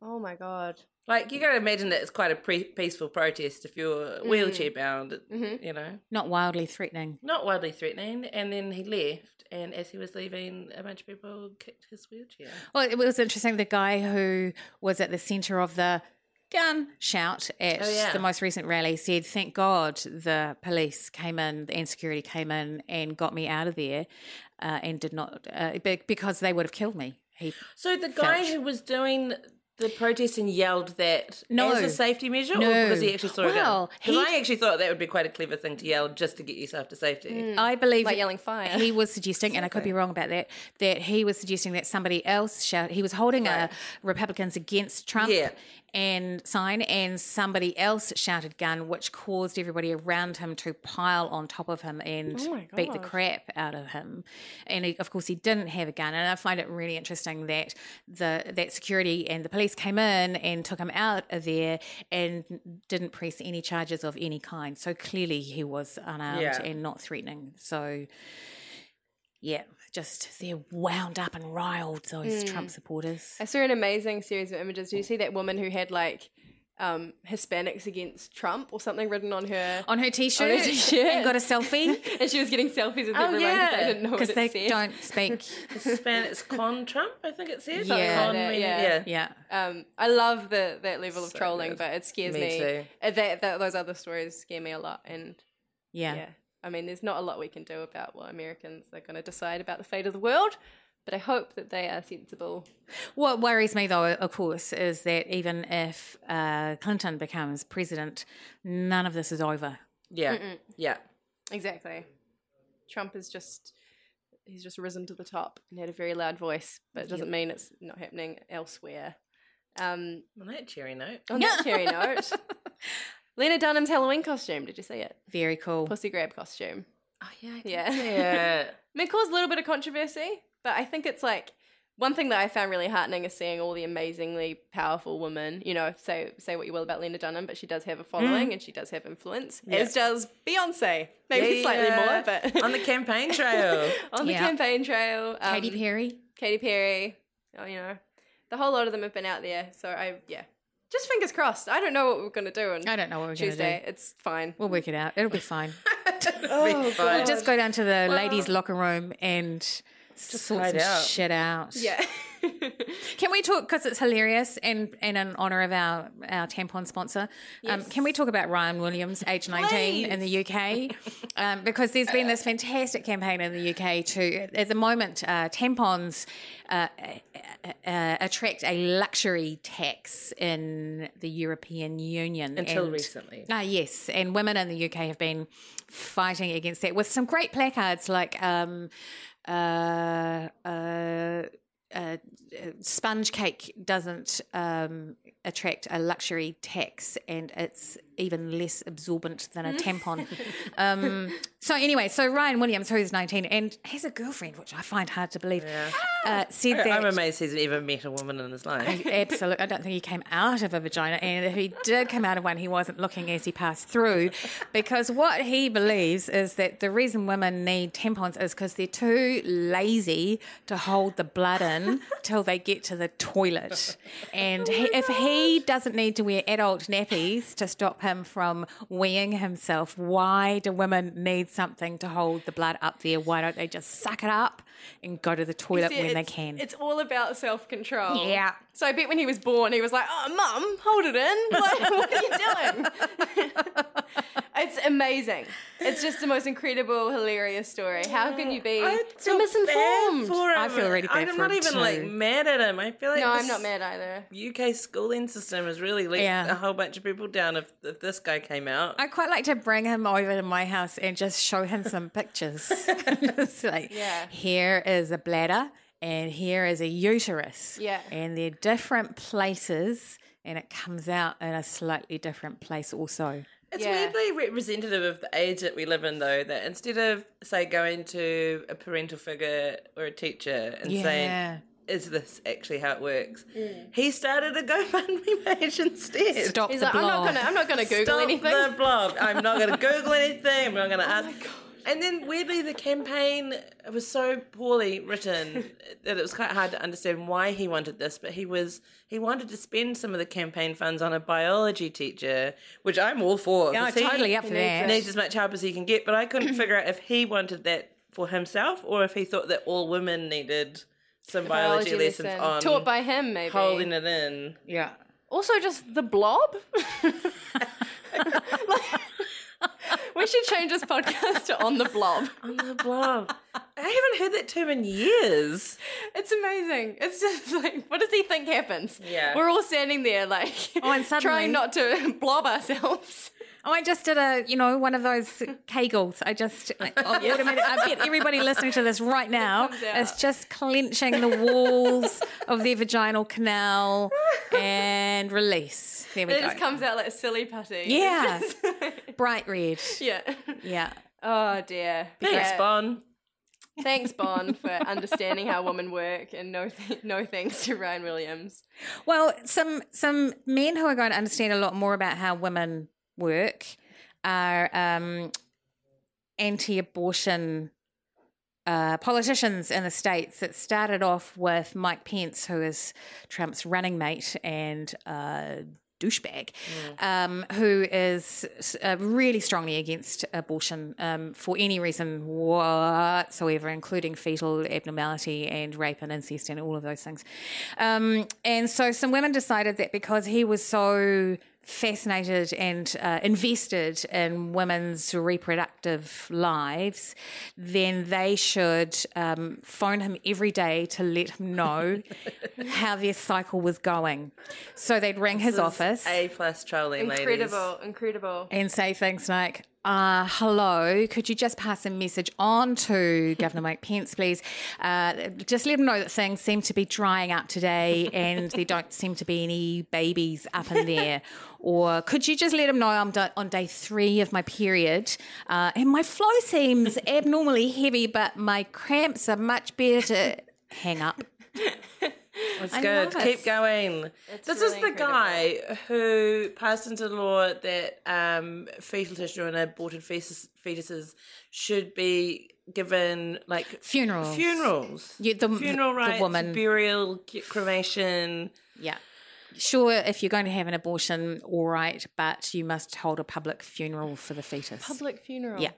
Oh my god.
Like you gotta imagine that it's quite a pre- peaceful protest if you're wheelchair bound, you know.
Not wildly threatening.
Not wildly threatening. And then he left and as he was leaving a bunch of people kicked his wheelchair.
Well, it was interesting. The guy who was at the centre of the gun shout at
Oh, yeah.
the most recent rally said, Thank God the police came in and security came in and got me out of there uh, and did not, uh, be- because they would have killed me. He,
So the guy
felt.
who was doing the protest and yelled that
No.
as a safety measure,
No.
or because he actually saw it?
Well,
because
he-
I actually thought that would be quite a clever thing to yell just to get yourself to safety.
I believe
Like yelling fire.
He was suggesting, and I could be wrong about that, that he was suggesting that somebody else shout. He was holding a Republicans against Trump
Yeah.
and sign, and somebody else shouted gun, which caused everybody around him to pile on top of him and beat the crap out of him. And he, of course, he didn't have a gun. And I find it really interesting that the that security and the police came in and took him out of there and didn't press any charges of any kind. So clearly, he was unarmed
Yeah.
and not threatening. So, yeah, just they're wound up and riled, those Trump supporters.
I saw an amazing series of images. Do you see that woman who had like um, Hispanics against Trump or something written on her?
On her t shirt,
t-shirt.
and got a selfie
and she was getting selfies
Oh,
with everyone 'cause they didn't know what
because
it
they
said.
don't speak.
Hispanics con Trump, I think it says.
Yeah.
Like con,
Yeah,
meaning-
yeah.
yeah.
Yeah,
Um, I love the, that level of
So
trolling,
good.
but it scares me.
Me too.
Uh, That, that those other stories scare me a lot, and
yeah.
yeah. I mean, there's not a lot we can do about what Americans are going to decide about the fate of the world, but I hope that they are sensible.
What worries me, though, of course, is that even if uh, Clinton becomes president, none of this is over.
Yeah. Yeah.
Exactly. Trump is just he's just risen to the top and had a very loud voice, but it doesn't mean it's not happening elsewhere. Um,
On that cheery note,
Oh,
on that cherry note, Lena Dunham's Halloween costume. Did you see it?
Very cool.
Pussy grab costume.
oh yeah, I
Yeah.
did. yeah.
I mean, it caused a little bit of controversy, but I think it's like one thing that I found really heartening is seeing all the amazingly powerful women. You know, say say what you will about Lena Dunham, but she does have a following and she does have influence, as does Beyonce. Maybe slightly more,
Mm. Yeah.
but
on the campaign trail.
on the
Yeah.
campaign trail, um,
Katy Perry.
Katy Perry, oh, you know, the whole lot of them have been out there. So I, yeah, just fingers crossed. I don't know what we're gonna do on
I don't know what we're going to
Tuesday.
do.
It's fine.
We'll work it out. It'll be fine. Oh,
It'll be fun.
Just go down to the ladies' locker room and sort
hide
some
out.
shit out.
yeah.
Can we talk because it's hilarious and and in honor of our our tampon sponsor? Um, can we talk about Ryan Williams, age nineteen, in the UK? um, because there's been this fantastic campaign in the UK to at the moment uh, tampons uh, uh, uh, attract a luxury tax in the European Union
Until
and-
recently.
Ah, yes. And women in the UK have been fighting against that with some great placards like um, uh, uh, uh, sponge cake doesn't um, attract a luxury tax and it's even less absorbent than a tampon. um, so, anyway, so Ryan Williams, who's 19 and has a girlfriend, which I find hard to believe, uh, said that.
I'm amazed he's never met a woman in his life.
Absolutely. I don't think he came out of a vagina. And if he did come out of one, he wasn't looking as he passed through. Because what he believes is that the reason women need tampons is because they're too lazy to hold the blood in till they get to the toilet. And he, if he doesn't need to wear adult nappies to stop him from weeing himself, why do women need something to hold the blood up there? Why don't they just suck it up and go to the toilet
See,
when they
it's-
can?
It's all about self control.
Yeah.
So I bet when he was born, he was like, "Oh, mum, hold it in. Like, what are you doing?" it's amazing. It's just the most incredible, hilarious story. How can you be
I
so
feel
misinformed?
bad for
I
him.
feel really bad
I'm
for
not
him
even like
too.
mad at him. I feel like
no, I'm
this
not mad either.
UK schooling system has really let
Yeah.
a whole bunch of people down. If, if this guy came out,
I quite like to bring him over to my house and just show him some pictures. It's like,
Yeah.
here is a bladder and here is a uterus.
Yeah.
And they're different places and it comes out in a slightly different place also.
It's
Yeah.
weirdly representative of the age that we live in, though, that instead of, say, going to a parental figure or a teacher and
Yeah.
saying, is this actually how it works? He started a GoFundMe page instead.
Stop
He's
the
like,
blob.
"I'm not gonna, I'm not gonna Google
Stop
anything." Oh
the blob. I'm not going to Google anything. I'm not going to ask. And then weirdly, the campaign was so poorly written that it was quite hard to understand why he wanted this. But he was he wanted to spend some of the campaign funds on a biology teacher, which I'm all for.
No,
'cause he
totally up for that.
Needs as much help as he can get. But I couldn't figure out if he wanted that for himself or if he thought that all women needed some biology,
Biology
lessons
lesson.
on
taught by him, maybe.
holding it in.
Yeah.
Also, just the blob. we should change this podcast to on the blob.
On the blob. I haven't heard that term in years.
It's amazing. It's just like, what does he think happens?
Yeah.
We're all standing there, like,
Oh, and suddenly-
trying not to blob ourselves.
Oh, I just did a, you know, one of those kegels. I just, I, oh, automated- I bet everybody listening to this right now is just clenching the walls of their vaginal canal and release. There we
It
go.
just comes out like a silly putty.
Yeah. Bright red.
yeah.
Yeah.
Oh, dear.
Thanks,
Yeah.
Bon.
Thanks, Bon, for understanding how women work, and no, th- no thanks to Ryan Williams.
Well, some some men who are going to understand a lot more about how women work are um, anti-abortion uh, politicians in the states. It started off with Mike Pence, who is Trump's running mate and uh, douchebag, um, who is uh, really strongly against abortion um, for any reason whatsoever, including fetal abnormality and rape and incest and all of those things. Um, and so some women decided that because he was so fascinated and uh, invested in women's reproductive lives, then they should um, phone him every day to let him know how their cycle was going. So they'd ring his office
A plus trolley, ladies.
Incredible, incredible.
and say things like, uh, hello, could you just pass a message on to Governor Mike Pence, please? Uh, just let him know that things seem to be drying up today and there don't seem to be any babies up in there. Or could you just let him know I'm do- on day three of my period uh, and my flow seems abnormally heavy, but my cramps are much better to hang up.
It's
I
good.
love
Keep
it.
going. this is the
really
guy who passed into law that um, fetal tissue and aborted fetus, fetuses should be given like
Funerals.
funerals.
Yeah, the-
funeral
the
rights,
woman-
burial, cremation.
Yeah. Sure, if you're going to have an abortion, all right, but you must hold a public funeral for the fetus.
Public funeral.
Yeah.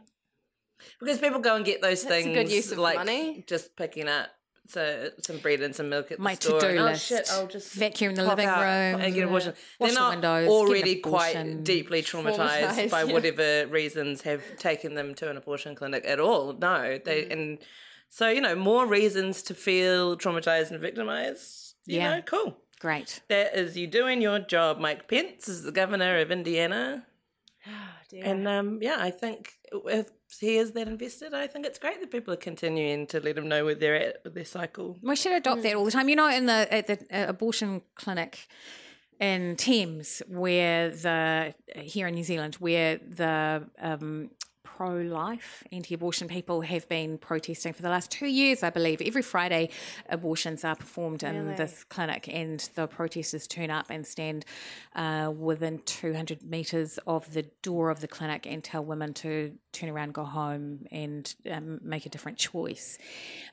Because people go and get those
That's a
things
good use of
like
money.
just picking up so some bread and some milk at the
my
store.
to-do
and, oh,
list.
shit, I'll just
vacuum the
pop
living
out
room
and get abortion.
Wash
They're
the
not
windows, get an
already
abortion.
quite deeply traumatized,
Traumatised,
by
yeah.
whatever reasons have taken them to an abortion clinic at all. No, they and so you know more reasons to feel traumatized and victimized. You
Yeah.
know, cool.
Great.
That is you doing your job. Mike Pence is the governor of Indiana. And um, yeah, I think if he is that invested, I think it's great that people are continuing to let him know where they're at with their cycle.
We should adopt that all the time. You know, in the at the uh, abortion clinic in Thames, where the here in New Zealand, where the um, pro-life, anti-abortion people have been protesting for the last two years, I believe. Every Friday, abortions are performed in this clinic, and the protesters turn up and stand uh, within 200 meters of the door of the clinic and tell women to turn around, go home, and um, make a different choice.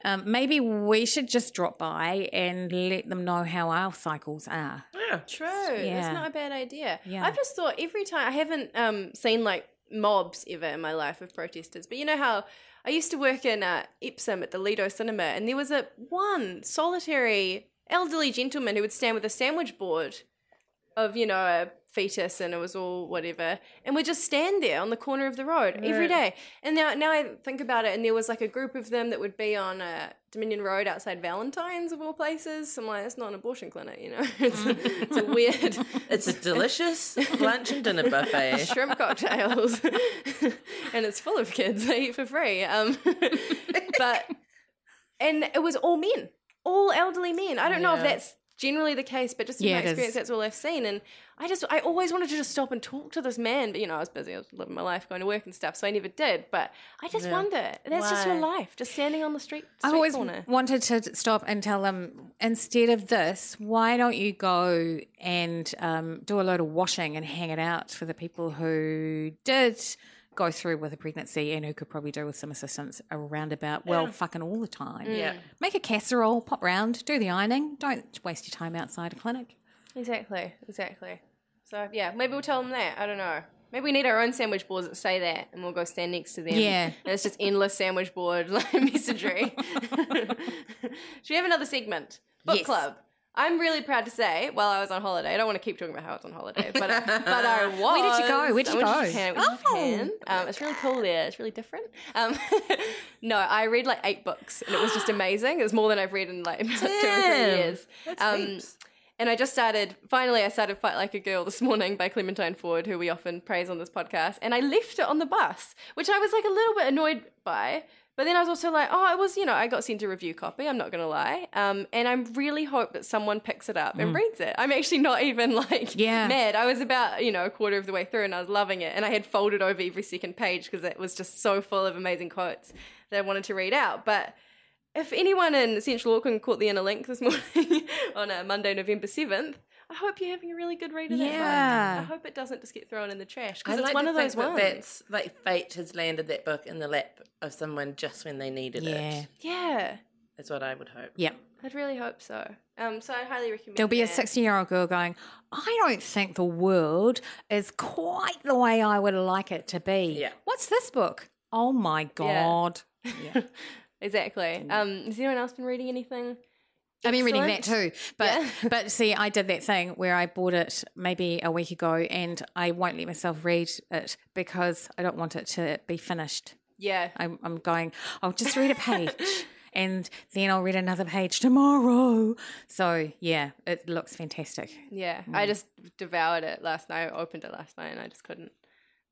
Um, maybe we should just drop by and let them know how our cycles are.
Yeah.
True.
Yeah.
It's not a bad idea.
Yeah.
I've just thought every time I haven't um, seen like mobs ever in my life of protesters, but you know how I used to work in uh, Epsom at the Lido Cinema, and there was a one solitary elderly gentleman who would stand with a sandwich board of you know a fetus and it was all whatever and we just stand there on the corner of the road every day and now now i think about it and there was like a group of them that would be on uh, dominion road outside valentine's of all places so i'm like that's not an abortion clinic you know it's, it's a weird
It's a delicious lunch and dinner buffet.
shrimp cocktails and it's full of kids they eat for free um but and it was all men all elderly men i don't know if
Yeah.
that's generally the case but just in
Yeah,
my
it is.
experience that's all i've seen and i just i always wanted to just stop and talk to this man but you know i was busy i was living my life going to work and stuff so i never did but i just wonder that's just your
Why?
life just standing on the street,
I
street
always
corner
wanted to stop and tell them instead of this, why don't you go and um, do a load of washing and hang it out for the people who did go through with a pregnancy and who could probably do with some assistance around about, well, fucking all the time.
Yeah.
Make a casserole, pop round, do the ironing. Don't waste your time outside a clinic.
exactly exactly so yeah maybe we'll tell them that i don't know Maybe we need our own sandwich boards that say that, and we'll go stand next to them.
Yeah.
and it's just endless sandwich board like, messagery. Should we have another segment? Book
Yes.
club. I'm really proud to say, while I was on holiday, I don't want to keep talking about how I was on holiday, but, uh, but I was.
Where did you go? Where'd
I
you
went
go? Oh.
To Japan. I went to Japan. Um, it's really cool there. It's really different. Um, no, I read like eight books, and it was just amazing. It was more than I've read in like about two or three
Damn.
years. Um,
That's heaps.
And I just started, finally, I started Fight Like a Girl this morning by Clementine Ford, who we often praise on this podcast. And I left it on the bus, which I was like a little bit annoyed by. But then I was also like, oh, I was, you know, I got sent a review copy, I'm not going to lie. Um, and I really hope that someone picks it up and reads it. I'm actually not even like
Yeah.
mad. I was about, you know, a quarter of the way through and I was loving it. And I had folded over every second page because it was just so full of amazing quotes that I wanted to read out. But if anyone in Central Auckland caught the inner link this morning on a Monday, November 7th, I hope you're having a really good read of that book.
Yeah.
I hope it doesn't just get thrown in the trash
I
because it's
like
one
to
of those
think
ones.
that that's like fate has landed that book in the lap of someone just when they needed
Yeah.
it.
yeah,
That's what I would hope.
Yep.
I'd really hope so. Um, so I highly recommend.
There'll be a
that.
16 year old girl going, I don't think the world is quite the way I would like it to be.
Yeah.
What's this book? Oh my God.
exactly. Um, has anyone else been reading anything?
Mm. I've been reading that too.
Excellent.
But
Yeah.
but see, I did that thing where I bought it maybe a week ago and I won't let myself read it because I don't want it to be finished.
Yeah,
I'm, I'm going, I'll just read a page and then I'll read another page tomorrow. So, yeah, it looks fantastic.
yeah.
Mm.
I just devoured it last night. I opened it last night, and I just couldn't.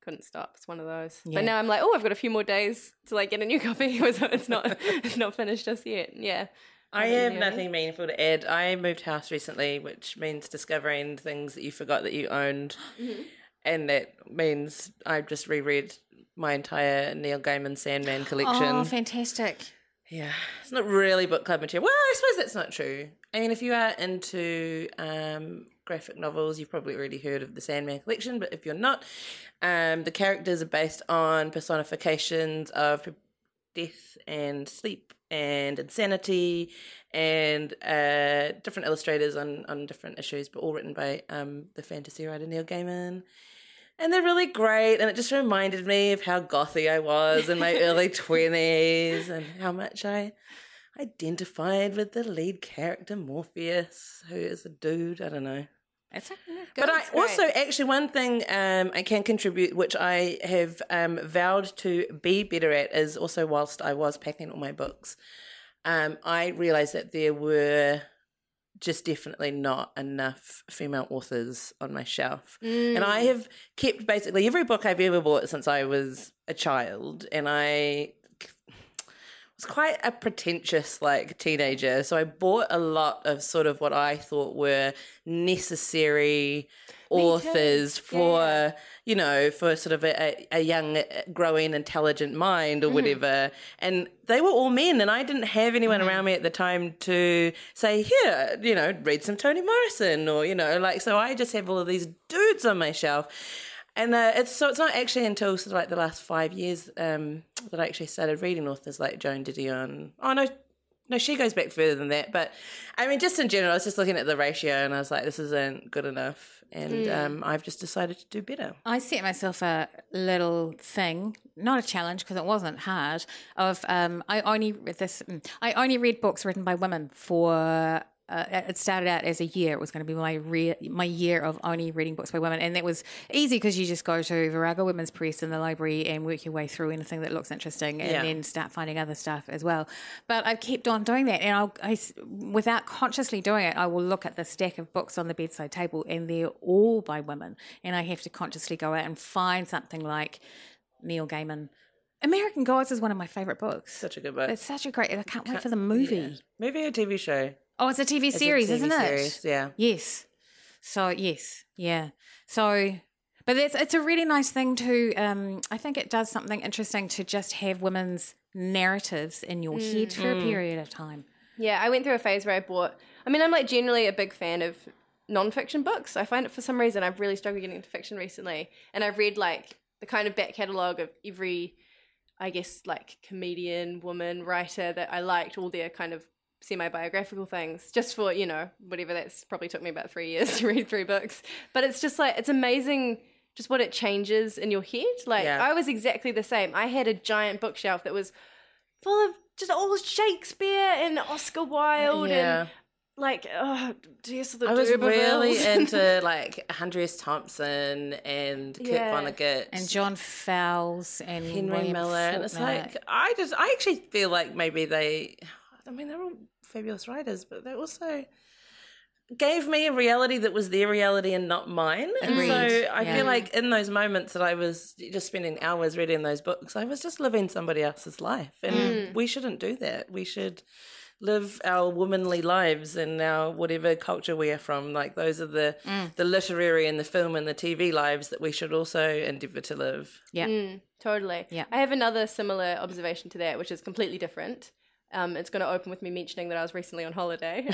Couldn't stop. It's one of those.
Yeah.
But now I'm like, oh, I've got a few more days to like get a new copy. so it's not, it's not finished just yet. Yeah.
I have
Really?
nothing meaningful to add. I moved house recently, which means discovering things that you forgot that you owned. And that means I've just reread my entire Neil Gaiman Sandman collection.
Oh, fantastic.
yeah, it's not really book club material. Well, I suppose that's not true. I mean, if you are into um, graphic novels, you've probably already heard of the Sandman collection. But if you're not, um, the characters are based on personifications of death and sleep and insanity and uh, different illustrators on, on different issues, but all written by um, the fantasy writer Neil Gaiman. And they're really great. And it just reminded me of how gothy I was in my early 20s and how much I identified with the lead character Morpheus, who is a dude. I don't know.
That's a
But I
That's
also actually one thing um, I can contribute, which I have um, vowed to be better at, is also whilst I was packing all my books, um, I realised that there were just definitely not enough female authors on my shelf, and I have kept basically every book I've ever bought since I was a child, and I was quite a pretentious like teenager so i bought a lot of sort of what i thought were necessary authors for you know for sort of a, a, a young uh, growing intelligent mind or whatever and they were all men and i didn't have anyone around me at the time to say here you know read some toni morrison or you know like so i just have all of these dudes on my shelf and uh, it's so it's not actually until sort of like the last five years um, that I actually started reading authors like Joan Didion. Oh no, no, she goes back further than that. But I mean, just in general, I was just looking at the ratio and I was like, this isn't good enough. And
Mm.
um, I've just decided to do better.
I set myself a little thing, not a challenge because it wasn't hard. Of um, I only read this, mm, I only read books written by women for. Uh, it started out as a year. It was going to be my re- my year of only reading books by women, and that was easy because you just go to Virago Women's Press in the library and work your way through anything that looks interesting, and
Yeah.
then start finding other stuff as well. But I've kept on doing that, and I'll, I, s- without consciously doing it, I will look at the stack of books on the bedside table, and they're all by women. And I have to consciously go out and find something like Neil Gaiman. American Gods is one of my favorite books.
Such a good book.
it's such a great. I can't wait for the movie.
Movie or TV show?
Oh, it's a TV
It's a
series,
TV
isn't it?
series, Yeah.
Yes. So yes, yeah. So, but it's it's a really nice thing to. Um, I think it does something interesting to just have women's narratives in your
Mm.
head for a period of time.
Yeah, I went through a phase where I bought. I mean, I'm like generally a big fan of nonfiction books. I find it for some reason I've really struggled getting into fiction recently, and I've read like the kind of back catalogue of every, I guess, like comedian, woman, writer that I liked, all their kind of semi-biographical things, just for you know whatever. That's probably took me about three years to read three books, but it's just like it's amazing. Just what it changes in your head. Like
Yeah.
I was exactly the same. I had a giant bookshelf that was full of just all Shakespeare and Oscar Wilde
Yeah.
and like, oh, Jess the
I was really
D'Urbervilles.
into like Andreas Thompson and Kurt
Yeah.
Vonnegut
and John Fowles and
Henry
William
Miller. And it's
Faulkner.
like, I just, I actually feel like maybe they, I mean, they're all fabulous writers, but they also gave me a reality that was their reality and not mine. And
Agreed.
so I
Yeah.
feel like in those moments that I was just spending hours reading those books, I was just living somebody else's life. And
Mm.
we shouldn't do that. We should live our womanly lives and our whatever culture we are from. Like those are the
Mm.
the literary and the film and the TV lives that we should also endeavour to live.
yeah,
Mm, totally.
Yeah.
I have another similar observation to that, which is completely different. Um, it's going to open with me mentioning that I was recently on holiday.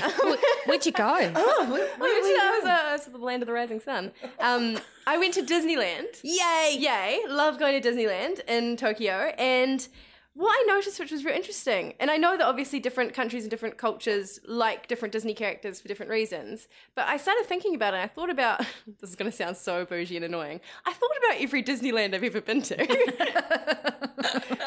where'd you go?
Oh,
Where did
um,
you- I was, uh, I was at the land of the rising sun. Um, I went to Disneyland. Yay! Yay! Love going to Disneyland in Tokyo. And what I noticed, which was very interesting, and I know that obviously different countries and different cultures like different Disney characters for different reasons, but I started thinking about it and I thought about this is going to sound so bougie and annoying. I thought about every Disneyland I've ever been to.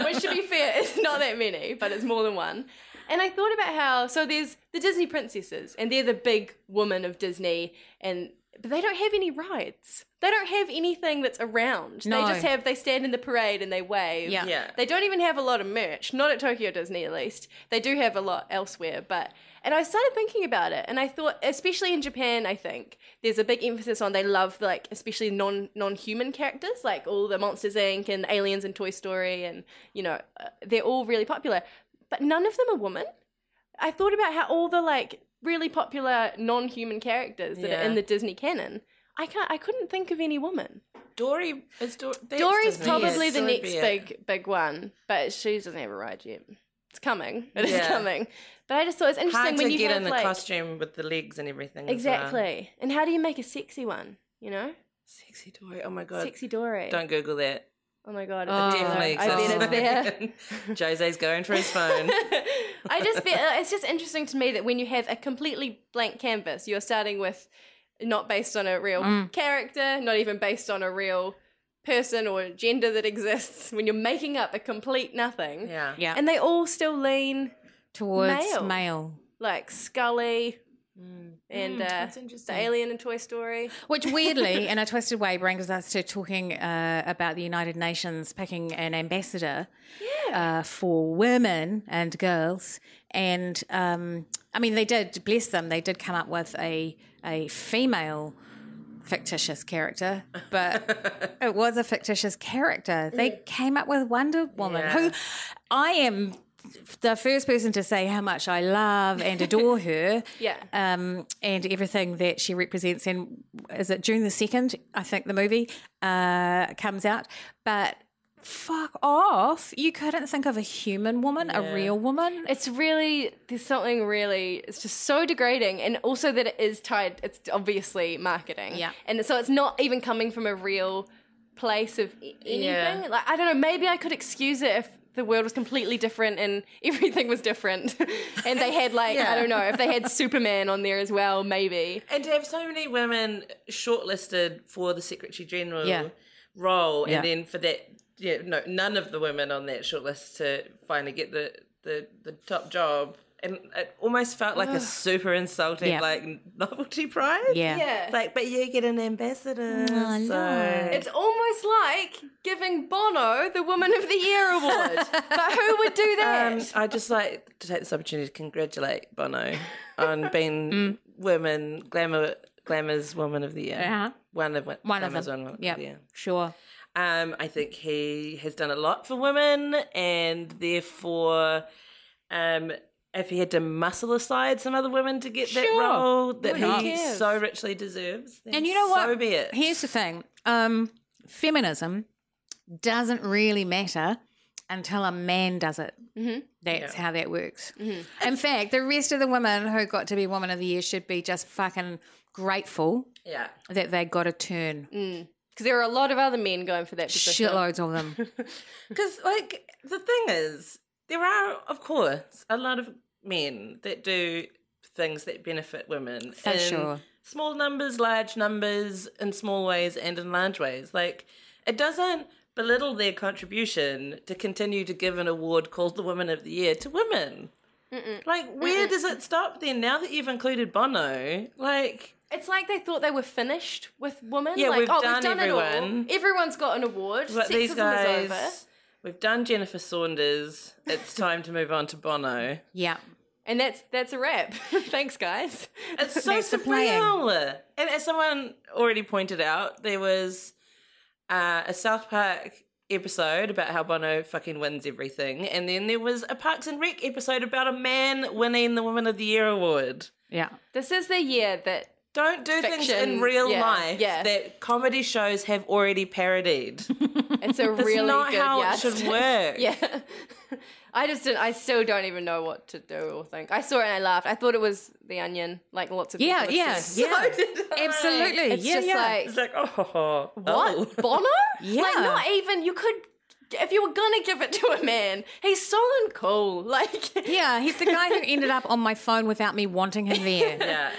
which to be fair is not that many, but it's more than one. And I thought about how so there's the Disney princesses, and they're the big woman of Disney, and but they don't have any rides. They don't have anything that's around.
No.
They just have they stand in the parade and they wave.
Yeah.
Yeah.
They don't even have a lot of merch, not at Tokyo Disney at least. They do have a lot elsewhere, but and I started thinking about it and I thought especially in Japan, I think, there's a big emphasis on they love like especially non non-human characters like all the Monsters Inc and Aliens and Toy Story and you know, uh, they're all really popular, but none of them are women. I thought about how all the like really popular non-human characters that
Yeah.
are in the Disney canon, I can't I couldn't think of any woman.
Dory is Dory. that's
Dory's
Disney.
probably
Yes.
the
So
next
be it.
big big one, but she doesn't have a ride yet. It's coming. It is
Yeah.
coming. But I just thought it's interesting
Hard
when
to
you
get
have
in the
like
costume with the legs and everything. as well.
exactly. And how do you make a sexy one? You know,
Sexy Dory. Oh my god.
sexy Dory.
Don't Google that.
Oh my god,
Oh,
it's there.
Definitely
I bet it's there.
there. Jose's going for his phone.
I just feel uh, it's just interesting to me that when you have a completely blank canvas, you're starting with not based on a real character, not even based on a real person or gender that exists. When you're making up a complete nothing,
Yeah.
yeah,
and they all still lean
towards
male.
male.
like Scully and uh,
Mm. that's
the
interesting.
alien in Toy Story.
Which weirdly, in a twisted way, brings us to talking uh, about the United Nations picking an ambassador uh, for women and girls. And um, I mean, they did, bless them, they did come up with a, a female fictitious character, but it was a fictitious character. They came up with Wonder Woman, who I am the first person to say how much I love and adore her.
Yeah.
Um, and everything that she represents. And is it June the 2nd? I think the movie uh, comes out. But fuck off. You couldn't think of a human woman, a real woman.
It's really there's something really it's just so degrading, and also that it is tied. It's obviously marketing,
Yeah.
and so it's not even coming from a real place of a- anything. Like I don't know, maybe I could excuse it if the world was completely different and everything was different, and they had like I don't know if they had Superman on there as well, maybe.
And to have so many women shortlisted for the Secretary General
Yeah.
role,
Yeah.
and then for that, yeah, no, none of the women on that shortlist to finally get the the, the top job, and it almost felt like a super insulting,
Yeah.
like novelty prize.
yeah. Oh,
It's like, but you get an ambassador. so
It's almost like giving Bono the Woman of the Year award. but who would do that?
Um, I just like to take this opportunity to congratulate Bono on being
Mm.
women glamour glamour's woman of the year.
Uh-huh.
One of one,
One of
Glamour's
them.
Woman of
yeah.
the year.
Sure.
Um, I think he has done a lot for women, and therefore, um, if he had to muscle aside some other women to get that
Sure.
role that
Why not?
he so richly deserves, then
And you know what?
So be it.
Here's the thing um, feminism doesn't really matter until a man does it.
Mm-hmm.
That's how that works. In fact, the rest of the women who got to be Woman of the Year should be just fucking grateful
yeah,
that they got a turn.
Mm,
Because there are a lot of other men going for that position.
Shitloads of them.
because like the thing is, there are of course a lot of men that do things that benefit women
For
in
sure.
small numbers, large numbers, in small ways and in large ways. Like it doesn't belittle their contribution to continue to give an award called the Women of the Year to women. Like, where does it stop then? Now that you've included Bono, like,
It's like they thought they were finished with women.
Yeah,
like,
we've
oh,
done
we've done
everyone.
it all. Everyone's got an award.
like
Sexism
these
is over.
guys, we've done Jennifer Saunders. It's time to move on to Bono.
Yeah.
And that's that's a wrap. Thanks, guys.
It's so
Thanks for playing.
surreal. And as someone already pointed out, there was uh, a South Park episode about how Bono fucking wins everything, and then there was a Parks and Rec episode about a man winning the Woman of the Year award.
Yeah.
This is the year that
Don't do things
Fiction,
in real
yeah,
life
yeah.
that comedy shows have already parodied.
it's a
That's
really
not
good
how
yardstick.
it should work.
Yeah. I just didn't, I still don't even know what to do or think. I saw it and I laughed. I thought it was The Onion, like lots of
Yeah.
people
Yeah.
have seen.
Yeah.
I.
Absolutely.
It's
yeah.
just
yeah.
like
It's like, oh,
what
oh.
Bono?
Yeah.
like not even you could if you were gonna give it to a man. He's so uncool. Like
yeah, he's the guy who ended up on my phone without me wanting him there.
Yeah.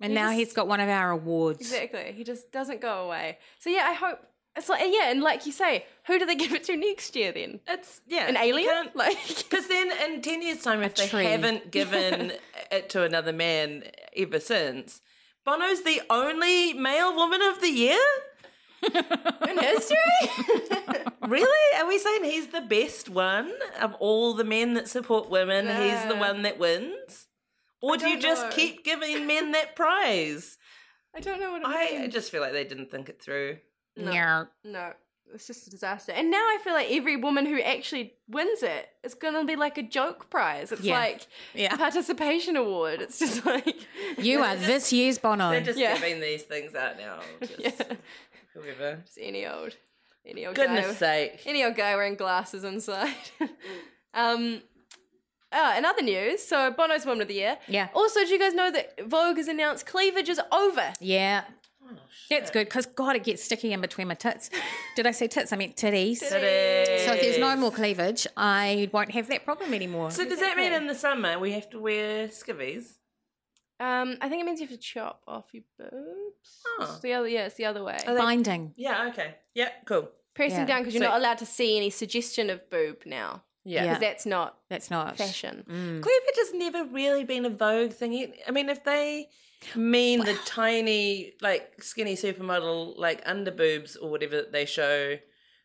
And now he's got one of our awards.
Exactly. He just doesn't go away. So yeah, I hope it's like yeah, and like you say, who do they give it to next year then?
It's, yeah.
An alien?
Can't-
Like
Because then, in ten years' time, if they
tree.
haven't given it to another man ever since, Bono's the only male woman of the year.
in history?
Really? Are we saying he's the best one of all the men that support women? He's the
No.
one that wins, or do you
don't
just
know.
keep giving men that prize?
I don't know what I
I
mean.
just feel like they didn't think it through.
No.
Yeah.
No. It's just a disaster. And now I feel like every woman who actually wins it is gonna be like a joke prize. It's
Yeah.
like
Yeah.
participation award. It's just like
You are this year's Bono.
They're just
Yeah.
giving these things out now. Just
yeah.
whoever.
Just any old any old guy.
Goodness sake.
any old guy wearing glasses inside. um, oh, and other news. So Bono's Woman of the Year.
Yeah.
Also, do you guys know that Vogue has announced cleavage is over?
Yeah.
Oh,
That's good because God, it gets sticky in between my tits. Did I say tits? I meant titties. So if there's no more cleavage, I won't have that problem anymore.
So does that mean in the summer we have to wear skivvies?
Um, I think it means you have to chop off your boobs.
Oh.
It's the other, yeah, it's the other way.
Binding.
Yeah, okay. Yep, cool.
Press
Oh, yeah.
them down because you're
So-
not allowed to see any suggestion of boob now.
Yeah.
Because that's not
That's mm. not
fashion.
Cleavage has never really been a vogue thing. e- I mean, if they mean the tiny, like skinny supermodel, like underboobs or whatever that they show,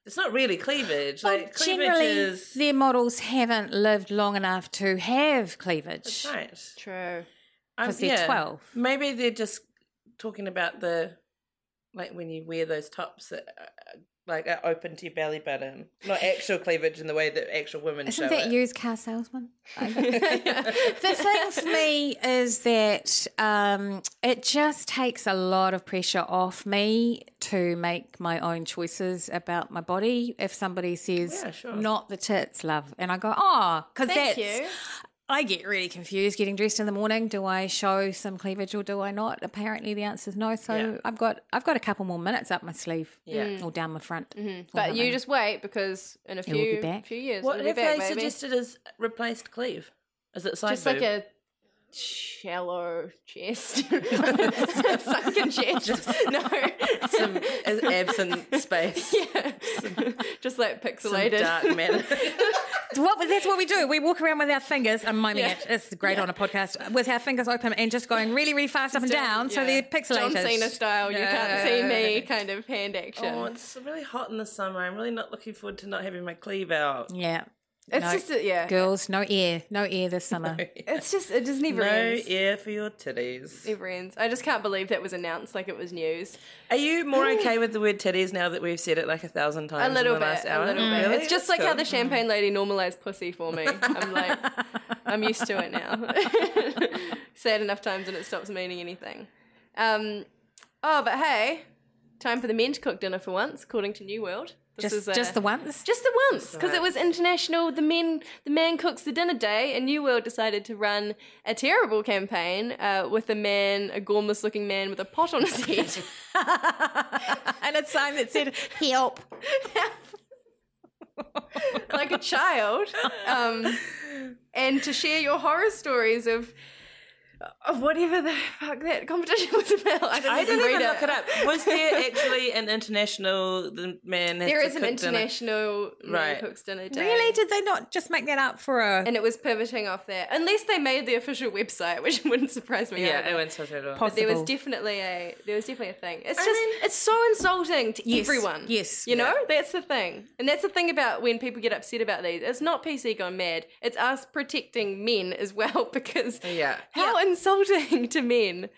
it's not really cleavage. Like
But
cleavage
generally,
is
their models haven't lived long enough to have cleavage.
right.
True.
Um,
'Cause they're 12.
Maybe they're just talking about the like when you wear those tops that uh, like are open to your belly button, not actual cleavage in the way that actual women
Isn't
show
that
it.
used car salesman? the thing for me is that um, it just takes a lot of pressure off me to make my own choices about my body. If somebody says,
Yeah, sure.
not the tits, love, and I go, oh, because
Thank
that's.
you.
I get really confused getting dressed in the morning. Do I show some cleavage or do I not? Apparently, the answer is no. So
Yeah.
I've got I've got a couple more minutes up my sleeve,
Yeah. Mm.
or down my front. or
But you
something.
just wait because in a
will be
few
back.
few years,
What
it'll be
have
back,
they
baby.
suggested as replaced cleave? Is it side
just like
boob?
a shallow chest, sunken chest. no,
some a- absent space,
yeah, just like
some
pixelated.
dark matter.
What, that's what we do. We walk around with our fingers. I'm miming
Yeah.
it. It's great on a podcast with our fingers open and just going really, really fast up and down, so they're
John
pixelated.
Cena style, you can't see me kind of hand action.
oh, it's really hot in the summer. I'm really not looking forward to not having my cleave out.
yeah,
it's
no.
just a, yeah,
girls, no air, no air this summer.
it's just it just never
No
ends.
ear for your titties.
Never ends. I just can't believe that was announced like it was news.
Are you more okay with the word titties now that we've said it like a thousand times
A little
in the
bit,
last
a
hour?
little bit.
Really?
It's just
That's
like how
cool.
the champagne lady normalized pussy for me. I'm like, I'm used to it now. Say it enough times and it stops meaning anything. Um, oh, but hey, time for the men to cook dinner for once, according to New World. This
just,
is a-
just the once.
Just the once, because it was international. The men, the man cooks the dinner day, and New World decided to run a terrible campaign uh, with a man, a gormless-looking man with a pot on his head.
and a sign that said "Help."
like a child um, and to share your horror stories of whatever the fuck that competition was about. I didn't,
I didn't
read
even look it up. Was there actually an international the man? had
There
to
is an
cook dinner?
international
Right.
right. cooks dinner day.
Really? Did they not just make that up for a
And it was pivoting off that, unless they made the official website, which wouldn't surprise me.
Yeah,
either.
it went so total.
Poss-
There was
possible.
definitely a there was definitely a thing. It's
I
just
mean-
it's so insulting to
Yes,
everyone.
yes.
you know that's the thing, and that's the thing about when people get upset about these. It's not PC gone mad. It's us protecting men as well because
Yeah.
how insulting to men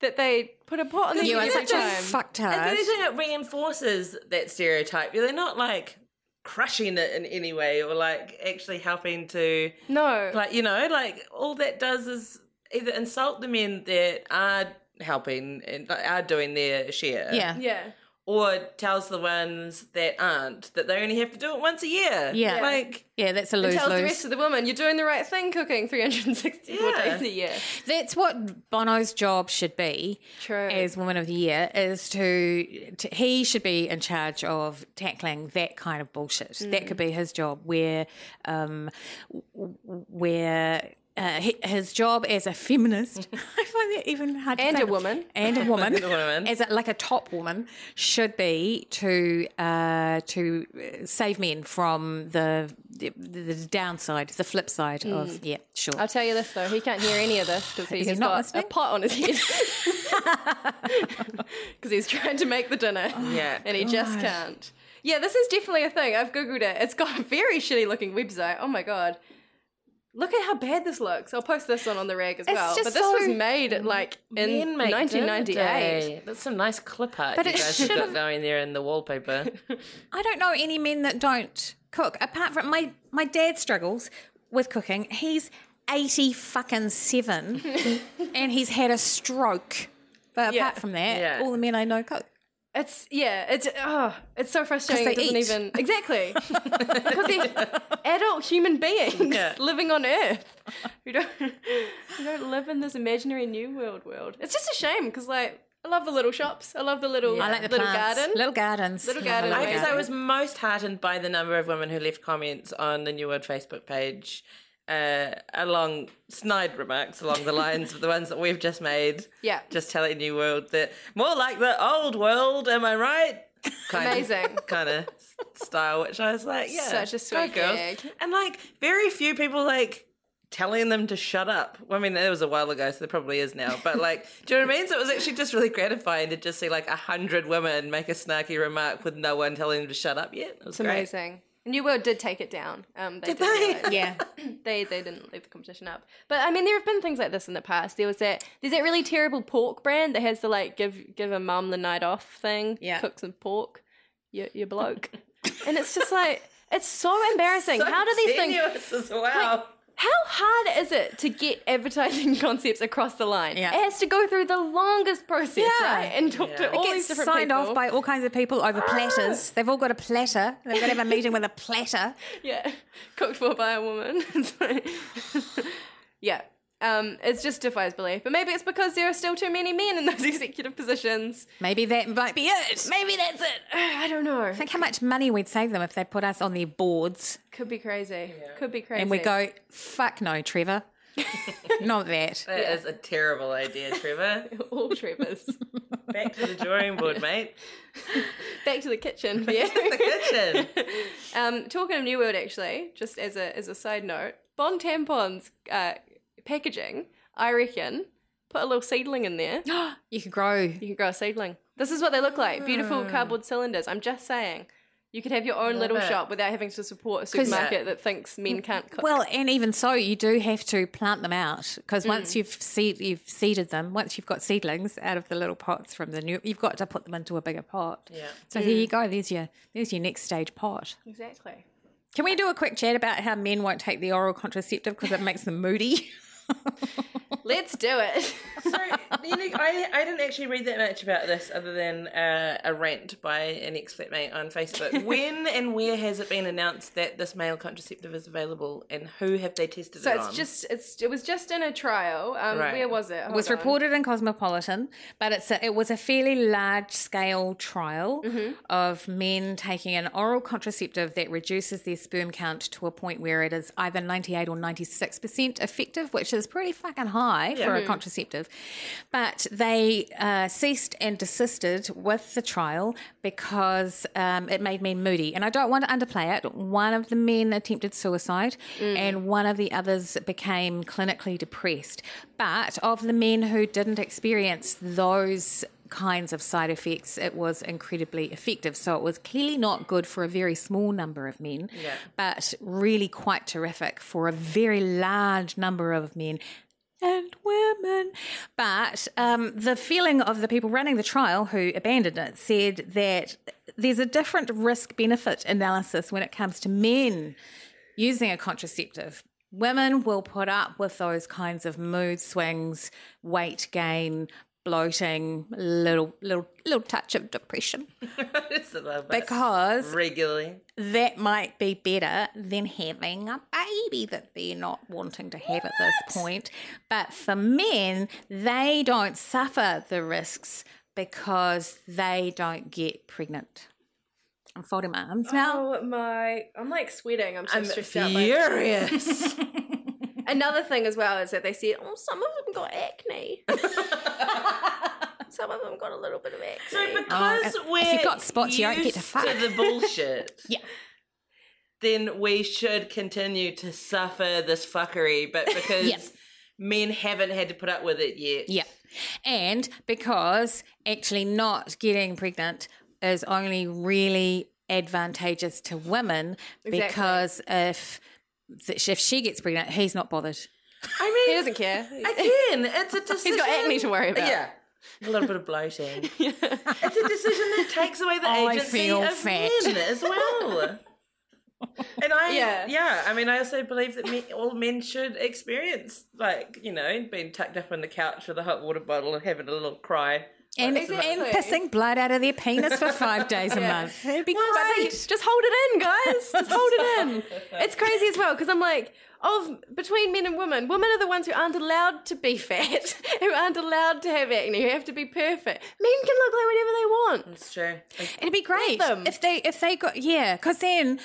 that they put a pot on their
you are
head every
such a
time.
And
fucktard?
the thing that reinforces that stereotype, they're not like crushing it in any way or like actually helping to
No,
like you know like all that does is either insult the men that are helping and like, are doing their share
Yeah.
yeah,
or tells the ones that aren't that they only have to do it once a year
Yeah.
like
Yeah, that's a
and
lose
tells the
lose.
rest of the women you're doing the right thing, cooking 364
Yeah.
days a year.
That's what Bono's job should be
True.
as Woman of the Year is to, to he should be in charge of tackling that kind of bullshit. That could be his job. Where, um, w- where. Uh, hi- his job as a feminist, I find that even hard. to
And
say.
a woman.
and a woman,
And a woman.
as a, like a top woman, should be to uh, to uh, save men from the the, the downside, the flip side
Mm.
of yeah, sure.
I'll tell you this though, he can't hear any of this because he's
he not
got
listening?
a pot on his head. Because he's trying to make the dinner.
Oh
Yeah.
And he just can't. Yeah, this is definitely a thing. I've Googled it. It's got a very shitty looking website. Oh my God. Look at how bad this looks. I'll post this one on the rag as well.
just
But this
so
was made like in
Men make dinner
1998.
day. That's some nice clip art
But
you
it
guys have got
should've-
going there in the wallpaper.
I don't know any men that don't cook. Apart from my my dad struggles with cooking. He's eighty fucking seven, and he's had a stroke. But
Yeah.
apart from that,
Yeah.
all the men I know cook.
It's yeah, it's oh, it's so frustrating. It
'Cause they
doesn't
eat.
even exactly because they're adult human beings
Yeah.
living on Earth who don't who don't live in this imaginary new world world. It's just a shame because like I love the little shops, I love the little
I like the
little
plants,
garden.
little gardens,
Little
Love a
garden,
I guess I
Amazing.
was most heartened by the number of women who left comments on the New World Facebook page, uh, along snide remarks along the lines of the ones that we've just made.
Yeah.
just telling New World that more like the old world. Am I right? Kind
Amazing.
kind of style, which I was like, yeah,
Such a sweet
go girls.
gag.
and like very few people like. Telling them to shut up. Well, I mean, it was a while ago, so there probably is now. But like, do you know what I mean? So it was actually just really gratifying to just see like a hundred women make a snarky remark with no one telling them to shut up yet. It was
It's amazing. New World did take it down. Um, they did
they?
realise-
Yeah,
they they didn't leave the competition up. But I mean, there have been things like this in the past. There was that there's that really terrible pork brand that has the like give give a mum the night off thing.
Yeah.
cook some pork, you you bloke, and it's just like it's so embarrassing.
Great.
How do these things?
Genius as well.
How hard is it to get advertising concepts across the line?
Yeah.
It has to go through the longest process,
Yeah.
right? And talk to all
gets
these different
signed
people.
off by all kinds of people over platters. They've all got a platter. They've got to have a meeting with a platter.
yeah, cooked for by a woman. It's like- yeah, um, it just defies belief. But maybe it's because there are still too many men in those executive positions.
Maybe that might be it.
Maybe that's it. I don't know.
Think how much money we'd save them if they put us on their boards
Could be crazy. Could be crazy.
and we go, fuck no, Trevor. Not that.
That is a terrible idea, Trevor.
all Trevor's
Back to the drawing board, mate.
back to the kitchen. Yeah.
The kitchen.
Um, talking of New World, actually, just as a as a side note, Bond tampons uh, packaging. I reckon put a little seedling in there.
You could grow.
You can grow a seedling. This is what they look like. Beautiful cardboard cylinders. I'm just saying. You could have your own little
it.
shop without having to support a
'Cause-
supermarket that thinks men can't cook.
Well, and even so, you do have to plant them out because once you've seed, you've seeded them, once you've got seedlings out of the little pots from the new, you've got to put them into a bigger pot. Yeah. So here you go. There's your there's your next stage pot.
exactly.
Can we do a quick chat about how men won't take the oral contraceptive because it makes them moody?
Let's do it.
So, you know, I, I didn't actually read that much about this other than uh, a rant by an ex flatmate on Facebook. When and where has it been announced that this male contraceptive is available and who have they tested
so
it
it's
on?
just it's it was just in a trial. Um,
Right.
Where was it?
It was reported in Cosmopolitan, but it's a, it was a fairly large scale trial of men taking an oral contraceptive that reduces their sperm count to a point where it is either 98 or 96% effective, which is pretty fucking high for a contraceptive. But they uh, ceased and desisted with the trial because um, it made men moody. And I don't want to underplay it. One of the men attempted suicide, and one of the others became clinically depressed. But of the men who didn't experience those kinds of side effects, it was incredibly effective. So it was clearly not good for a very small number of men, but really quite terrific for a very large number of men and women. But um, the feeling of the people running the trial who abandoned it said that there's a different risk benefit analysis when it comes to men using a contraceptive. Women will put up with those kinds of mood swings, weight gain, bloating, little little little touch of depression
It's a little bit
because
regularly.
that might be better than having a baby that they're not wanting to have at this point. But for men, they don't suffer the risks because they don't get pregnant. I'm folding my arms now.
Oh my! I'm like sweating. I'm so stressed out. by
Furious.
it. Another thing as well is that they said, "Oh, some of them got acne. some of them got a little bit of
So
acne."
because
Oh, if
we're
you got spots, you don't get to
used
fuck.
the bullshit.
Yeah.
Then we should continue to suffer this fuckery, but because
Yeah.
men haven't had to put up with it yet.
Yeah. And because actually not getting pregnant is only really advantageous to women because if if she gets pregnant, he's not bothered.
I mean,
he doesn't care.
Again, it's a decision.
He's got acne to worry about.
Yeah. A little bit of bloating. It's a decision that takes away the
I
agency
feel
of
fat.
men as well. And I, yeah.
Yeah.
I mean, I also believe that men, all men should experience, like, you know, being tucked up on the couch with a hot water bottle and having a little cry.
And, and pissing blood out of their penis for five days a month. That'd be
But they-
great.
just hold it in, guys. Just hold it in. It's crazy as well because I'm like, of between men and women, women are the ones who aren't allowed to be fat, who aren't allowed to have acne, who have to be perfect. Men can look like whatever they want.
It's true.
It'd be great
them.
if they if they got yeah, because then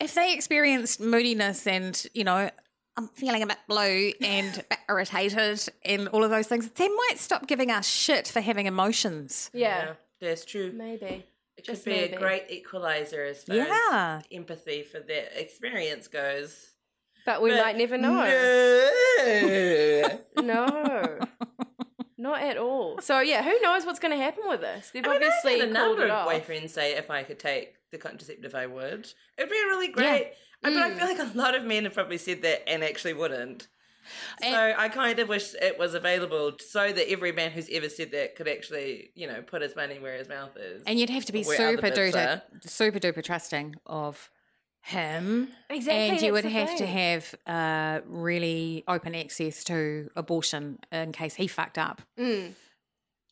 if they experienced moodiness and you know I'm feeling a bit blue and a bit irritated and all of those things, they might stop giving us shit for having emotions.
Yeah,
Yeah, that's true.
maybe.
it could
just
be
maybe.
a great equalizer as far
Yeah.
as empathy for that experience goes.
But we
But
might never know.
No.
No. Not at all. So yeah, who knows what's going to happen with this? They've obviously
I had a
called
number
it
of
off.
boyfriends say if I could take the contraceptive, I would. It'd be really great. I But I
Mm.
feel like a lot of men have probably said that and actually wouldn't. So I kind of wish it was available so that every man who's ever said that could actually, you know, put his money where his mouth is.
And you'd have to be
Where other
super
bits
duper
are.
super duper trusting of him.
Exactly,
And you
that's
would
the
have to
thing.
have uh, really open access to abortion in case he fucked up.
because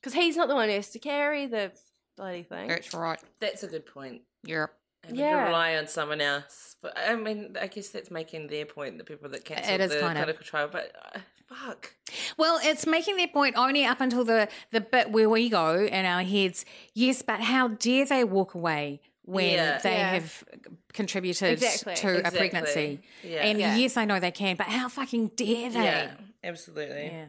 Mm. he's not the one who has to carry the bloody thing.
That's right.
That's a good point.
You're
Having
Yeah.
to rely on someone else. But I mean, I guess that's making their point, the people that cancelled
is
the
kind of-
clinical trial. But uh, fuck.
Well, it's making their point only up until the, the bit where we go in our heads, yes, but how dare they walk away when
Yeah.
they
Yeah.
have contributed
Exactly.
to a pregnancy?
Exactly. Yeah.
And
Yeah.
yes, I know they can, but how fucking dare they?
Yeah, absolutely.
Yeah.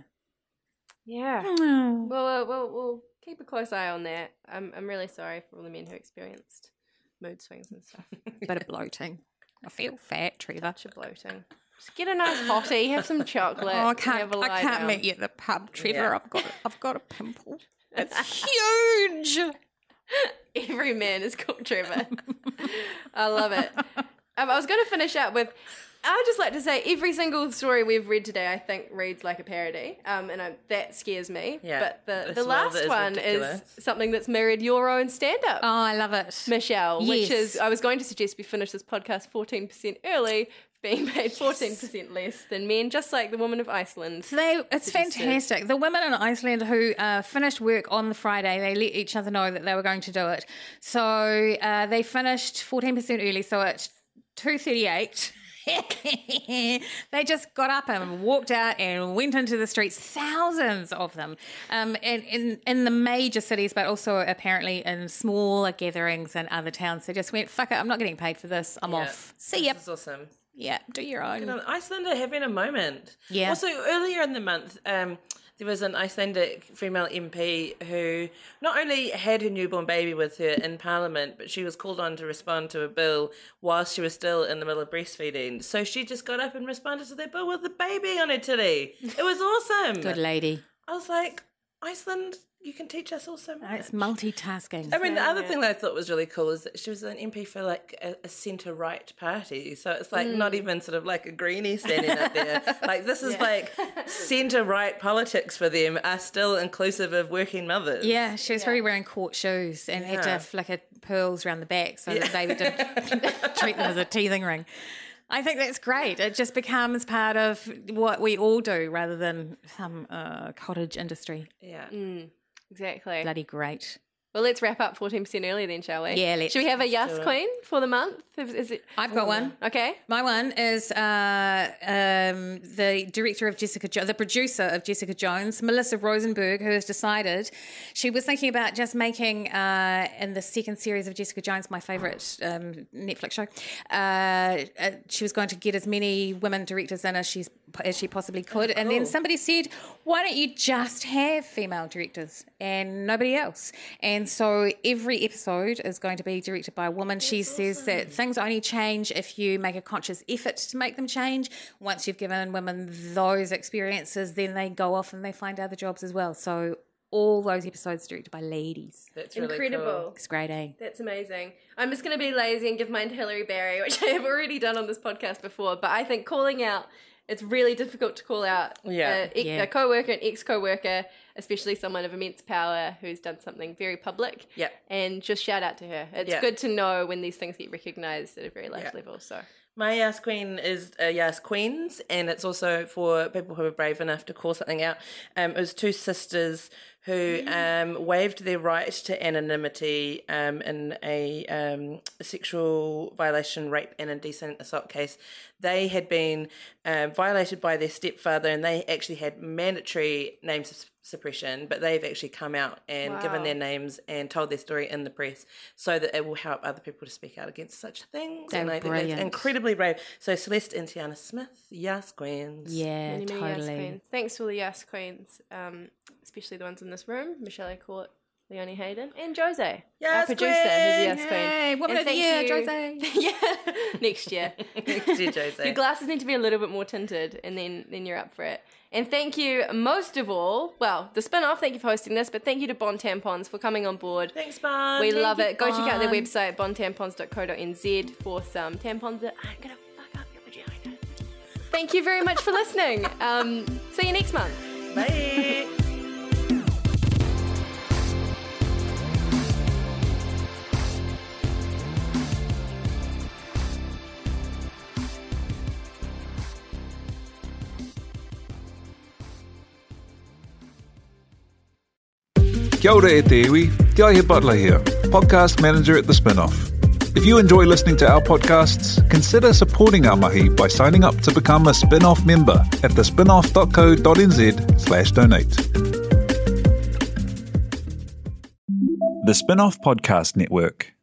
Yeah. Well, we'll, we'll, we'll keep a close eye on that. I'm, I'm really sorry for all the men who experienced mood swings and stuff.
Bit of bloating. I feel fat, Trevor.
Such a bloating. Just get a nice hottie, have some chocolate.
Oh, I
and
can't.
have a
I
lie
can't
down.
meet you at the pub, Trevor.
Yeah.
I've got. I've got a pimple. It's huge.
Every man is called Trevor. I love it. Um, I was going to finish up with. I would just like to say every single story we've read today, I think, reads like a parody, um, and I, that scares me.
Yeah,
but the,
this
the
one
last
is
one is
ridiculous.
something that's mirrored your own stand-up.
Oh, I love it.
Michelle,
Yes.
which is I was going to suggest we finish this podcast 14% early, being paid 14% less than men, just like the woman of Iceland.
They, it's fantastic. The women in Iceland who uh, finished work on the Friday, they let each other know that they were going to do it. So uh, they finished fourteen percent early. So at two thirty-eight, they just got up and walked out and went into the streets. Thousands of them, um, and in in the major cities, but also apparently in smaller gatherings in other towns. They just went, "Fuck it, I'm not getting paid for this. I'm
Yeah.
off. See ya."
This is awesome.
Yeah, do your
Good
own.
on Iceland are having a moment.
Yeah.
Also, earlier in the month, um, there was an Icelandic female MP who not only had her newborn baby with her in Parliament, but she was called on to respond to a bill whilst she was still in the middle of breastfeeding. So she just got up and responded to that bill with the baby on her titty. It was awesome.
Good lady.
I was like, Iceland, you can teach us all so much.
It's multitasking.
I mean, the other thing that I thought was really cool is that she was an MP for like a, a centre right party. So it's like not even sort of like a greenie standing up there. like this is like centre right politics for them are still inclusive of working mothers.
Yeah, she was probably wearing court shoes and had to
Yeah.
flick her pearls around the back so that they didn't treat them as a teething ring. I think that's great. It just becomes part of what we all do rather than some uh, cottage industry.
Yeah.
Exactly.
Bloody great.
Well, let's wrap up 14% early then, shall we?
Yeah, let's-
Should we have a yes queen for the month? Is, is it?
I've got one.
Okay.
My one is uh, um, the director of Jessica, jo- the producer of Jessica Jones, Melissa Rosenberg, who has decided she was thinking about just making uh, in the second series of Jessica Jones, my favourite um, Netflix show. Uh, uh, she was going to get as many women directors in as she's as she possibly could, and then somebody said, "Why don't you just have female directors and nobody else?" And so every episode is going to be directed by a woman. she says that things only change if you make a conscious effort to make them change. Once you've given women those experiences, then they go off and they find other jobs as well. So all those episodes directed by ladies.
That's really
Incredible.
cool.
It's great, eh?
That's amazing. I'm just going to be lazy and give mine to Hillary Barry, which I have already done on this podcast before. But I think calling out, it's really difficult to call out
Yeah.
a, ex-
Yeah.
a co-worker, an ex-co-worker, especially someone of immense power who's done something very public.
Yep.
And just shout out to her. It's
Yeah.
good to know when these things get recognised at a very large
Yeah.
level. So
My Yas Queen is uh, Yas Queens, and it's also for people who are brave enough to call something out. Um, it was two sisters who um, waived their right to anonymity um, in a um, sexual violation, rape, and indecent assault case. They had been um, violated by their stepfather, and they actually had mandatory name sus- suppression, but they've actually come out and given their names and told their story in the press so that it will help other people to speak out against such things.
They're
and I think that's
brilliant.
incredibly brave. So Celeste and Tiana Smith, yes, queens.
Yeah,
many, many yes
totally.
queens. Thanks to all the yes queens, um, especially the ones in this room: Michelle Court, Leonie Hayden, and Jose, our
Yes
producer, who's a yes
queen.
queen.
Hey, woman
And
of the year,
thank you-
Jose.
yeah, next year.
Dear Jose.
Your glasses need to be a little bit more tinted, and then then you're up for it. And thank you most of all. Well, the spin off. Thank you for hosting this, but thank you to Bond Tampons for coming on board.
Thanks, Bond.
we
Thank
love
you,
it. Go check out their
Bond.
website bondtampons.co.nz for some tampons that aren't gonna fuck up your vagina. Thank you very much for listening. Um, see you next month.
Bye.
Kia ora e te iwi, Te Aihe Butler here, podcast manager at The Spinoff. If you enjoy listening to our podcasts, consider supporting our mahi by signing up to become a Spinoff member at thespinoff.co.nz slash donate. The Spinoff Podcast Network.